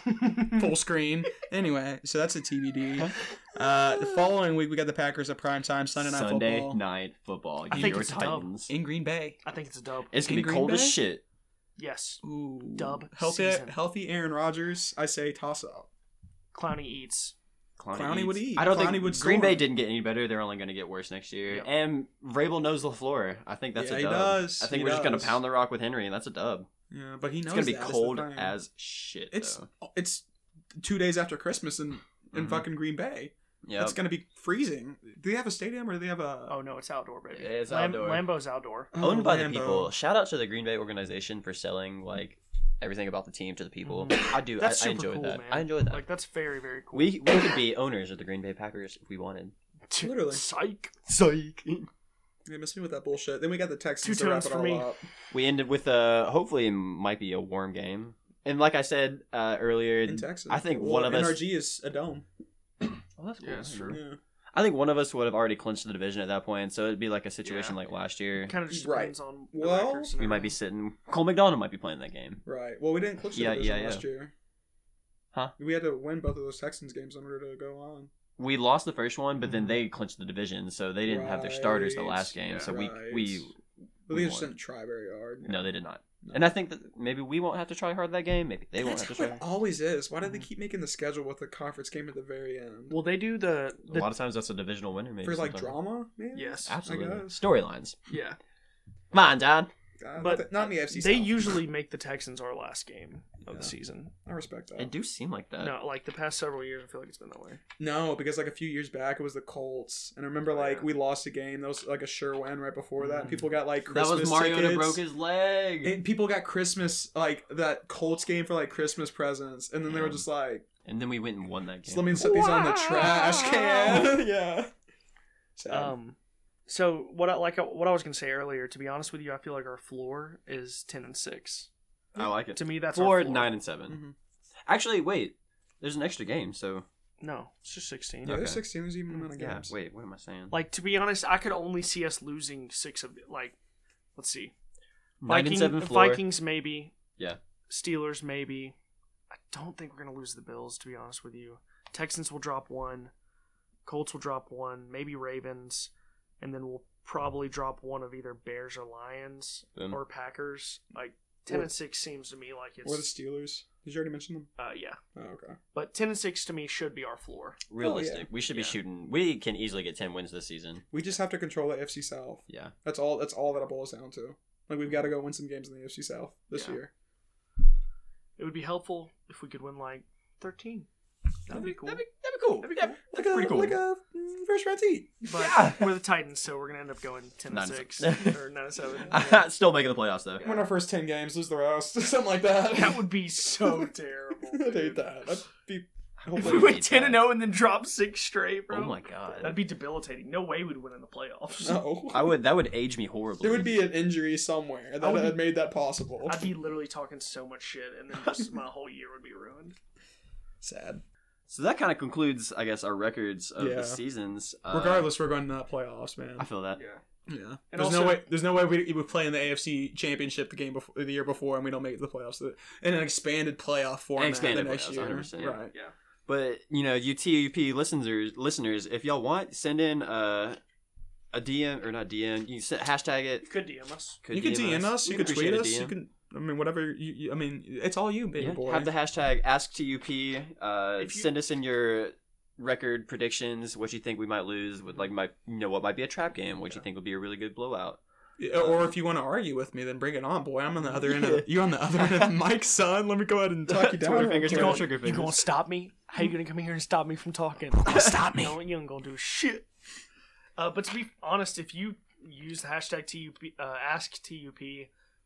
full screen. Anyway, so that's a TBD. Uh, the following week, we got the Packers at primetime Sunday night
Sunday
football
night football.
I
New
think
York
it's a dub.
Titans.
in Green Bay.
I think it's a dub.
It's gonna
In
be
Green
cold
Bay?
as shit.
Yes.
Ooh,
Dub
healthy,
season.
healthy Aaron Rodgers. I say toss up.
Clowney eats.
Clowney would
eats.
eat.
I don't
Clowney
think
would
Green Bay
storm.
didn't get any better. They're only going to get worse next year.
Yep.
And Vrabel knows the floor. I think that's
Yeah,
a
he
dub.
does.
I think
He
we're just going to
does.
pound the rock with Henry, and that's a dub.
Yeah, but he
It's
knows
going to be
that, is the
cold
thing.
as shit.
It's
though.
it's two days after Christmas in in
Mhm.
fucking Green Bay.
Yep.
It's gonna be freezing. Do they have a stadium or do they have a? oh,
Oh no, it's outdoor, baby.
It's outdoor.
Lambo's outdoor.
Owned by the
Lambeau.
people. Shout out to the Green Bay organization for selling like everything about the team to the people. I do.
That's
I, I
super
enjoyed
cool,
that.
man.
I enjoyed that.
Like that's very, very cool.
we we could be owners of the Green Bay Packers if we wanted.
Literally.
Psych.
Psych.
They miss me with that bullshit. Then we got the Texans
Two
to wrap
tones
it
for
all
me.
up.
We ended with a hopefully it might be a warm game. And like I said uh, earlier,
in Texas.
I think one of us-
NRG is a dome.
Oh, that's cool.
Yeah, that's
Yeah.
true.
I think one of us would have already clinched the division at that point, so it'd be like a situation
Yeah.
like last year.
Kind of just
Right.
depends on the
Well,
records and
We might be
everything.
sitting. Cole McDonald might be playing that game.
Right. Well, we didn't clinch the
Yeah,
division
yeah,
last year.
Huh?
We had to win both of those Texans games in order to go on.
We lost the first one, but then they clinched the division, so they didn't have their starters the
Mm-hmm. Right.
last game. so
Right.
we we
But
We
they just
won.
didn't try very hard.
no, they did not.
No.
And I think that maybe we won't have to try hard that game. Maybe they won't
That's
have to
how
try.
it
hard.
always is. Why did they
Mhm.
keep making the schedule with the conference game at the very end?
Well, they do the,
A
the
lot of times that's a divisional winner. Maybe
For like
sometime.
drama, maybe.
yes,
Absolutely
guess.
storylines.
yeah.
Come on, Dad.
God,
But
Uh, but not the AFC.
They
South.
usually make the Texans our last game of
Yeah.
the season.
I respect that.
It do seem like that.
No, like the past several years, I feel like it's been that way.
No, because like a few years back, it was the Colts, and I remember like
Yeah.
we lost a game that was like a sure win right before that.
Mhm.
People got like
that
Christmas
was Mariota
tickets.
broke his leg.
And people got Christmas like that Colts game for like Christmas presents, and then they were
Yeah.
just like,
and then we went and won that game.
"Just let me set these on the trash can." yeah. So,
Um, so what I like what I was gonna say earlier. To be honest with you, I feel like our floor is ten and six.
I like it.
To me, that's
Four,
our floor.
nine, and 7
mhm.
Actually, wait. There's an extra game, so
No, it's just sixteen.
yeah,
Okay.
there's 16. There's even amount of
yeah.
games.
Wait, what am I saying?
Like to be honest, I could only see us losing six of like, let's see,
nine and
Viking-
seven floor.
Vikings maybe,
Yeah.
Steelers maybe. I don't think we're gonna lose the Bills. To be honest with you, Texans will drop one, Colts will drop one, maybe Ravens, and then we'll probably drop one of either Bears or Lions
Boom.
or Packers. Like ten
Or-
and six seems to me like it's
Or the Steelers. Did you already mention them?
Uh, yeah,
Oh, okay.
but ten and six to me should be our floor.
Realistic. We should be
Yeah.
shooting. We can easily get ten wins this season.
We just have to control the FC South.
Yeah.
That's all. That's all that it boils down to. Like we've got to go win some games in the FC South this
Yeah.
year.
It would be helpful if we could win like thirteen. That'd be cool.
That'd be, that'd be cool.
That'd be
Yeah,
cool.
that's pretty cool.
Like a mm, first round seed.
But
Yeah.
we're the Titans, so we're gonna end up going ten and
Nine and
six
seven.
or nine and seven.
Still making the playoffs though.
Win our first ten games, lose the rest, something like that.
That would be so terrible.
I'd hate
dude.
that. I'd be.
If
Hopefully,
we went ten and
that.
zero and then dropped six straight, bro.
Oh my god.
That'd be debilitating. No way we'd win in the playoffs.
no.
I would. That would age me horribly.
There would be an injury somewhere that
would
had
be-
made that possible.
I'd be literally talking so much shit, and then just my whole year would be ruined.
Sad.
So that kind of concludes, I guess, our records of
Yeah.
the seasons. Uh,
Regardless, we're going to the playoffs, man.
I feel that.
Yeah.
Yeah.
And
there's
also-
no way. There's no way we we play in the AFC Championship the game before the year before, and we don't make it to the playoffs The- in an expanded playoff format
expanded
the next
playoffs,
year.
100%, yeah.
Right.
But you know, you TUP listeners, listeners, if y'all want, send in uh, a DM or not DM. You set, hashtag it.
You could DM us.
Could
you can DM us. You can
We
tweet
appreciate a
us. You
DM.
can. I mean, whatever. You, you. I mean, it's all you, baby
Yeah,
boy.
Have the hashtag AskTUP. Uh,
If you-
Send us in your record predictions. What you think we might lose? With like might you know what might be a trap game? What you think would be a really good blowout?
Yeah, or if you want to argue with me, then bring it on, boy. I'm on the other end. Of, you're on the other end of Mike's son. Let me go ahead and talk you down.
Twitter
real
fingers,
quick.
Twitter trigger
You
fingers.
gonna stop me? How you gonna come here and stop me from talking?
Stop
No, you ain't gonna do shit. Uh, but to be honest, if you use the hashtag TUP, uh, ask TUP,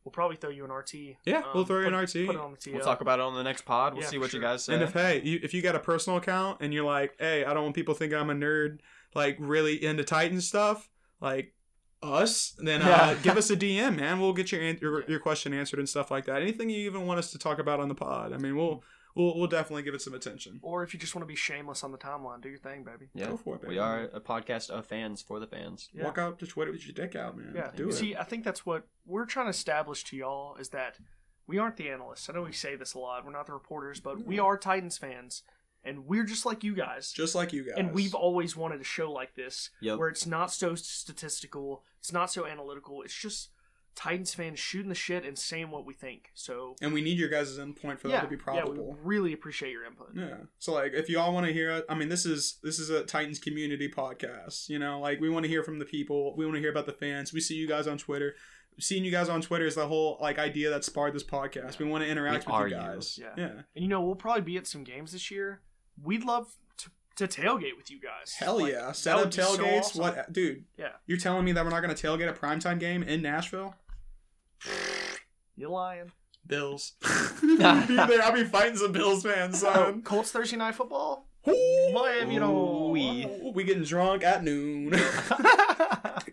we'll probably throw you an RT.
Yeah, we'll throw you an
Um, put-
RT.
Put it on the TL.
We'll talk about it on the next pod. We'll
Yeah,
see
for
what you
sure.
guys say.
And if hey, you, if you got a personal account and you're like, hey, I don't want people thinking I'm a nerd, like really into Titan stuff, like us, then uh,
Yeah.
give us a DM, man. We'll get your, an- your your question answered and stuff like that. Anything you even want us to talk about on the pod, I mean, we'll we'll, we'll definitely give it some attention.
Or if you just want to be shameless on the timeline, do your thing, baby.
yeah,
Go for it,
we
baby.
are a podcast of fans for the fans.
Yeah.
Walk out to Twitter with your dick out, man.
Yeah,
do it.
see, I think that's what we're trying to establish to y'all is that we aren't the analysts. I know we say this a lot. We're not the reporters, but we are Titans fans, and we're just like you guys.
Mm. Just like you guys.
and we've always wanted a show like this
Yep.
where it's not so statistical, it's not so analytical. It's just Titans fans shooting the shit and saying what we think. So
and we need your guys' input for
yeah,
that to be
yeah,
probable.
we really appreciate your input.
Yeah. So like if y'all want to hear it, I mean this is this is a Titans community podcast, you know? Like we want to hear from the people, we want to hear about the fans. We see you guys on Twitter. Seeing you guys on Twitter is the whole like idea that sparred this podcast. We want to interact
We
with
are
you
you.
guys.
Yeah.
yeah.
And you know, we'll probably be at some games this year. We'd love to, to tailgate with you guys.
Hell
Like,
yeah.
that
Set
would
up
be so
tailgates.
awesome.
What dude,
Yeah.
you're telling me that we're not going to tailgate a primetime game in Nashville?
You lying?
Bills. I'll be there. I'll be fighting some Bills fans,
Oh,
son.
Colts Thursday night football.
Ooh.
Miami, you know.
Ooh-wee.
We getting drunk at noon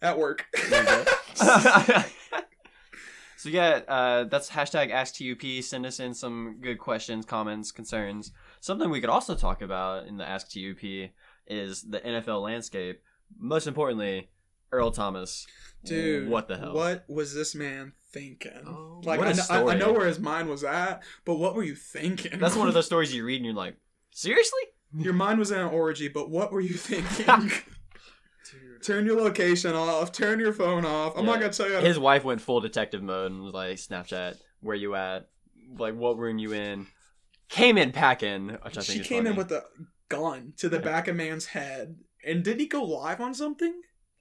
at work.
so yeah, uh, that's hashtag AskTUP. Send us in some good questions, comments, concerns. Something we could also talk about in the Ask TUP is the NFL landscape. Most importantly, Earl Thomas.
Dude,
what the hell?
What was this man thinking?
Oh.
like,
What
I,
a
kn- I, I
story.
know where his mind was at, but what were you thinking?
That's one of those stories you read and you're like, seriously?
Your mind was in an orgy, but what were you thinking?
Dude.
turn your location off. Turn your phone off. I'm not
Yeah.
gonna tell you.
His wife went full detective mode and was like, Snapchat, where you at? Like, what room you in? Came in packing, which I think
she
is
came in
funny.
with a gun to the back of man's head, and did he go live on something?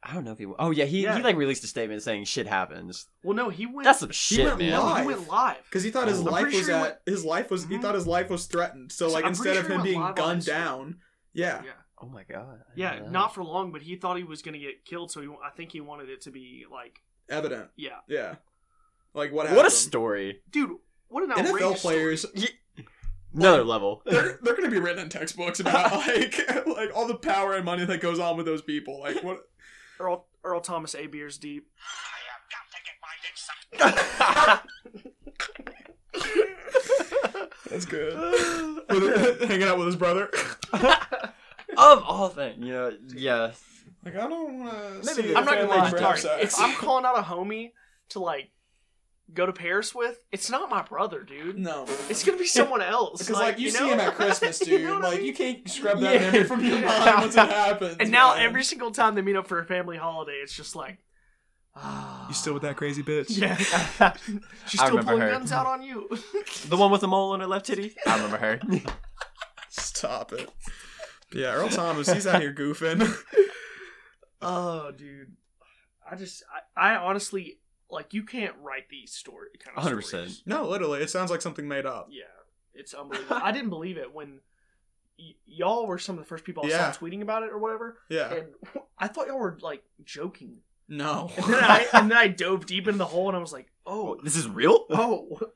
I don't know if he. Oh yeah, he
Yeah.
he like released a statement saying shit happens.
Well, no, he went.
That's some shit,
went
man.
no,
live.
he went live.
Because he thought his
I'm
life
pretty
was
sure he
at his life was he
Mhm.
thought his life was threatened. So
So
like
I'm pretty
instead
sure
of
he went
him being
live on
gunned
Instagram.
down, yeah,
Yeah.
Oh my god.
Yeah,
Yeah.
not for long, but he thought he was going to get killed, so he, I think he wanted it to be like,
evident,
yeah,
yeah. Like what?
What,
Happened?
a story.
dude, what an outrageous
NFL players
Another level.
they're, they're gonna be written in textbooks about like like all the power and money that goes on with those people. Like what?
Earl Earl Thomas A beers deep.
That's good. With- hanging out with his brother.
of all things, you know. Yeah.
Like I don't want to.
Maybe
see
the
I'm not gonna
family
lie.
break
Sorry.
sex.
If I'm calling out a homie to like go to Paris with, it's not my brother, dude.
no.
It's gonna be someone else.
Because like, you, see
know?
him at Christmas, dude.
You know what I
like
mean?
you can't scrub that
Yeah.
memory from your mind once it happens.
And now
man.
every single time they meet up for a family holiday, it's just like,
You still with that crazy bitch?
Yeah. She's
I
still
remember
pulling
her.
guns out on you.
the one with the mole on her left titty. I remember her.
Stop it. Yeah, Earl Thomas, he's out here goofing.
oh, dude. I just, I, I honestly, like, you can't write these story kind of 100%.
100%.
stories.
no, literally, it sounds like something made up.
Yeah, it's unbelievable. I didn't believe it when y- y'all were some of the first people I
Yeah.
saw tweeting about it or whatever,
Yeah.
and I thought y'all were like joking.
No.
And then I, and then I dove deep into the hole, and I was like, oh,
This is real?
oh,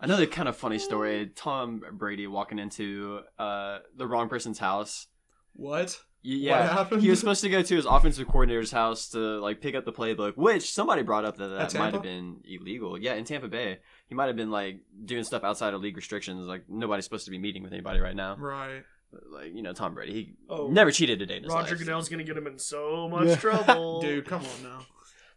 Another kind of funny story Tom Brady walking into uh, the wrong person's house.
What?
Y- Yeah.
What happened?
He was supposed to go to his offensive coordinator's house to like pick up the playbook, which somebody brought up that that
Tampa?
might have been illegal. Yeah, in Tampa Bay, he might have been like doing stuff outside of league restrictions. Like nobody's supposed to be meeting with anybody right now.
Right.
Like you know, Tom Brady, he
oh.
never cheated a day in his
Roger
life.
Goodell's gonna get him in so much
Yeah.
trouble,
Dude, come on now.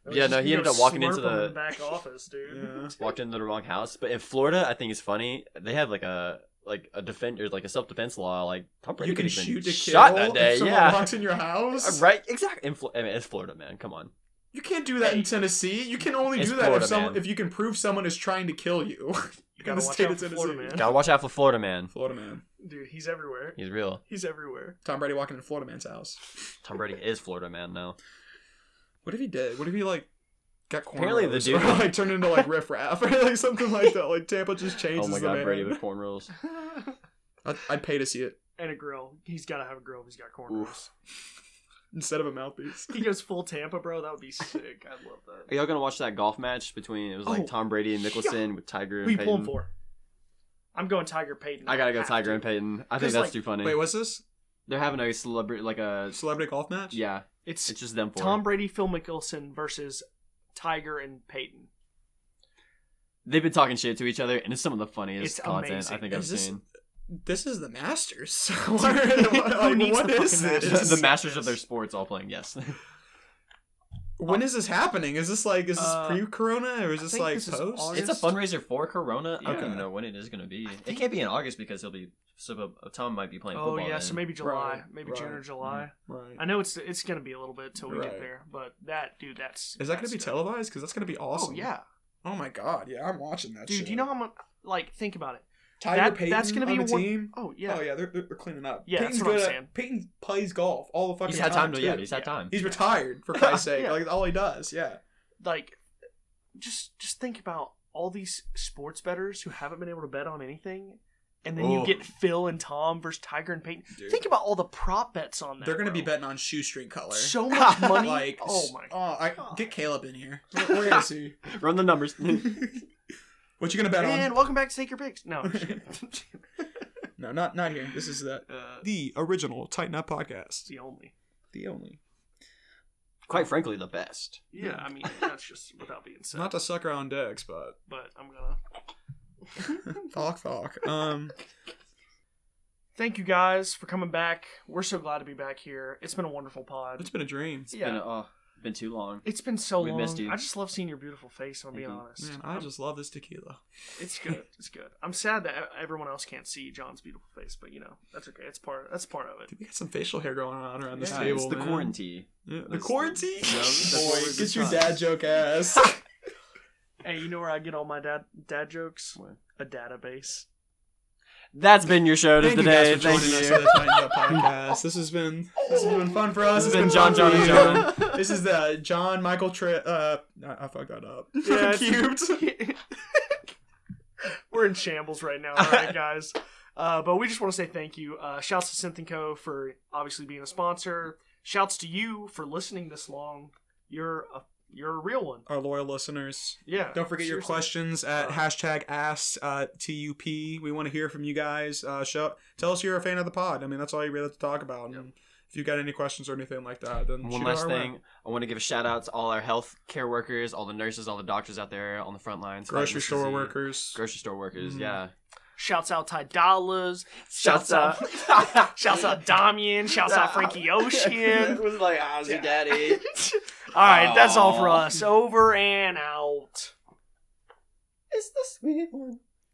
That was
Yeah,
just
no, he
gonna
ended up walking
slurp
into
him in
the-
back office, dude.
walked into the wrong house. But in Florida, I think it's funny. They have like a like a defend or like a self defense law. Like Tom Brady
You can
could've been
shoot to kill
shot that day.
if someone
Yeah,
walks in your house.
Uh, right. Exactly. In Flo- I mean, it's Florida, man. Come on.
You can't do that in Tennessee. You can only
It's
do that
Florida,
if someone
man.
if you can prove someone is trying to kill you.
You gotta
the
watch
state
out
of
for
Tennessee.
Florida, man.
Gotta watch out for Florida, man.
Florida man.
Dude, he's everywhere.
He's real.
He's everywhere.
Tom Brady walking in Florida man's house.
Tom Brady is Florida, man. Now.
What if he did? What if he like got
Apparently the
cornrows
dude-
or, like turned into like riffraff or like something like that? Like Tampa just changes
Oh my
the
God,
man.
Brady with cornrows.
I'd, I'd pay to see it
and a grill. He's gotta have a grill. if He's got cornrows.
instead of a mouthpiece.
He goes full Tampa, bro. That would be sick. I love that.
Are y'all gonna watch that golf match between it was like
Oh,
Tom Brady and Mickelson with
Who
Tiger and
you pulling
Peyton?
for? I'm going Tiger Payton.
I gotta go
Have
Tiger
to.
and Peyton. I think
Because,
that's
like-
too funny.
Wait, what's this?
They're having a celebrity like a
Celebrity golf match?
yeah.
It's
It's just them four.
Tom Brady, Phil Mickelson versus Tiger and Peyton.
They've been talking shit to each other, and it's some of the funniest
It's
content
amazing.
I think
Is
I've
this-
seen.
This is the Masters. what, like,
needs
what
the fucking
is
Masters?
this?
the masters of their sports all playing. Yes,
When is this happening? Is this like is this
Uh,
pre-corona or is
I
this
think
like
this is
post?
August.
it's a fundraiser for Corona. I
Yeah.
don't know when it is going to be. It can't be in August because he'll be so uh, Tom might be playing
Oh
football.
yeah,
then.
so maybe July,
Right,
maybe
right.
June or July.
Mm-hmm.
Right.
I know it's it's gonna be a little bit till we
Right.
get there, but that dude, that's
Is that going to be
that's-
televised? Because that's going to be awesome.
Oh yeah,
Oh my god. Yeah, I'm watching that.
dude.
shit.
You know how much? Like, think about it.
Tiger
that-
Payton
that's
going
gonna
to
be
be
one-
team.
Oh yeah.
Oh yeah, they're, they're they're cleaning up.
Yeah, that's
Peyton's
what I'm
good at-
saying.
Peyton plays golf all the fucking
he's had time to
too.
yeah, he's had
Yeah.
time.
He's retired for Christ's sake.
Yeah.
Like that's all he does. Yeah.
like just just think about all these sports betters who haven't been able to bet on anything and then you
Oh.
get Phil and Tom versus Tiger and Peyton. Think about all the prop bets on that.
They're going to
bro.
be betting on shoestring color.
so much money.
Like
oh my
Oh, I,
God.
get Caleb in here. Where where is he?
Run the numbers.
what you gonna bet on?
And welcome back to Take Your Picks. No, I'm just kidding.
No, not not here. This is that
uh,
the original Tighten Up
it's
podcast.
the only.
The only.
Quite frankly, the best.
Yeah, I mean that's just without being said.
Not to suck around dicks, but
but I'm gonna
talk talk. Um,
thank you guys for coming back. We're so glad to be back here. It's been a wonderful pod.
it's been a dream.
It's been, oh, been too long.
It's been so
We
long.
missed you.
I just love seeing your beautiful face. If I'm
Thank
being
you.
honest.
Man, I just love this tequila.
It's good. It's good. I'm sad that e-, everyone else can't see John's beautiful face, but you know that's okay. It's part. That's part of it.
Dude, we got some facial hair going on around this
Yeah,
table.
it's the
man.
quarantine.
Yeah, the
That's-
quarantine.
No, that's what we're
get your
discussing.
dad joke ass.
Hey, you know where I get all my dad dad jokes?
Where?
A database.
That's been your show
Thank you guys
today.
for joining us for
Thank you.
the Tighten Up podcast. This has been this has been fun for us.
This has
It's
been John,
fun
John, and
for you.
John.
This is the John Michael Tri- uh I, I fucked that up.
Yeah, it's-
cubed.
We're in shambles right now, all right, guys. Uh, but we just want to say thank you. Uh, shouts to Synth and Co for obviously being a sponsor. Shouts to you for listening this long. You're a you're a real one.
Our loyal listeners.
Yeah.
Don't forget your
seriously.
questions at
Uh,
hashtag asked uh, tup. We want to hear from you guys. Uh, show, tell us you're a fan of the pod. I mean, that's all you really have to talk about. And if you got any questions or anything like that, then
One
shoot
last
our way.
thing. I want to give a shout out to all our health care workers, all the nurses, all the doctors out there on the front lines. fighting
Grocery
this
store
disease.
workers.
Grocery store workers,
Mhm.
yeah.
Shouts out Ty Dollars.
Shouts out.
Shouts out Damien. Shouts out Frankie Ocean.
was like, I was your daddy.
All right, that's all for
Aw.
us. Over and out.
it's the sweet one.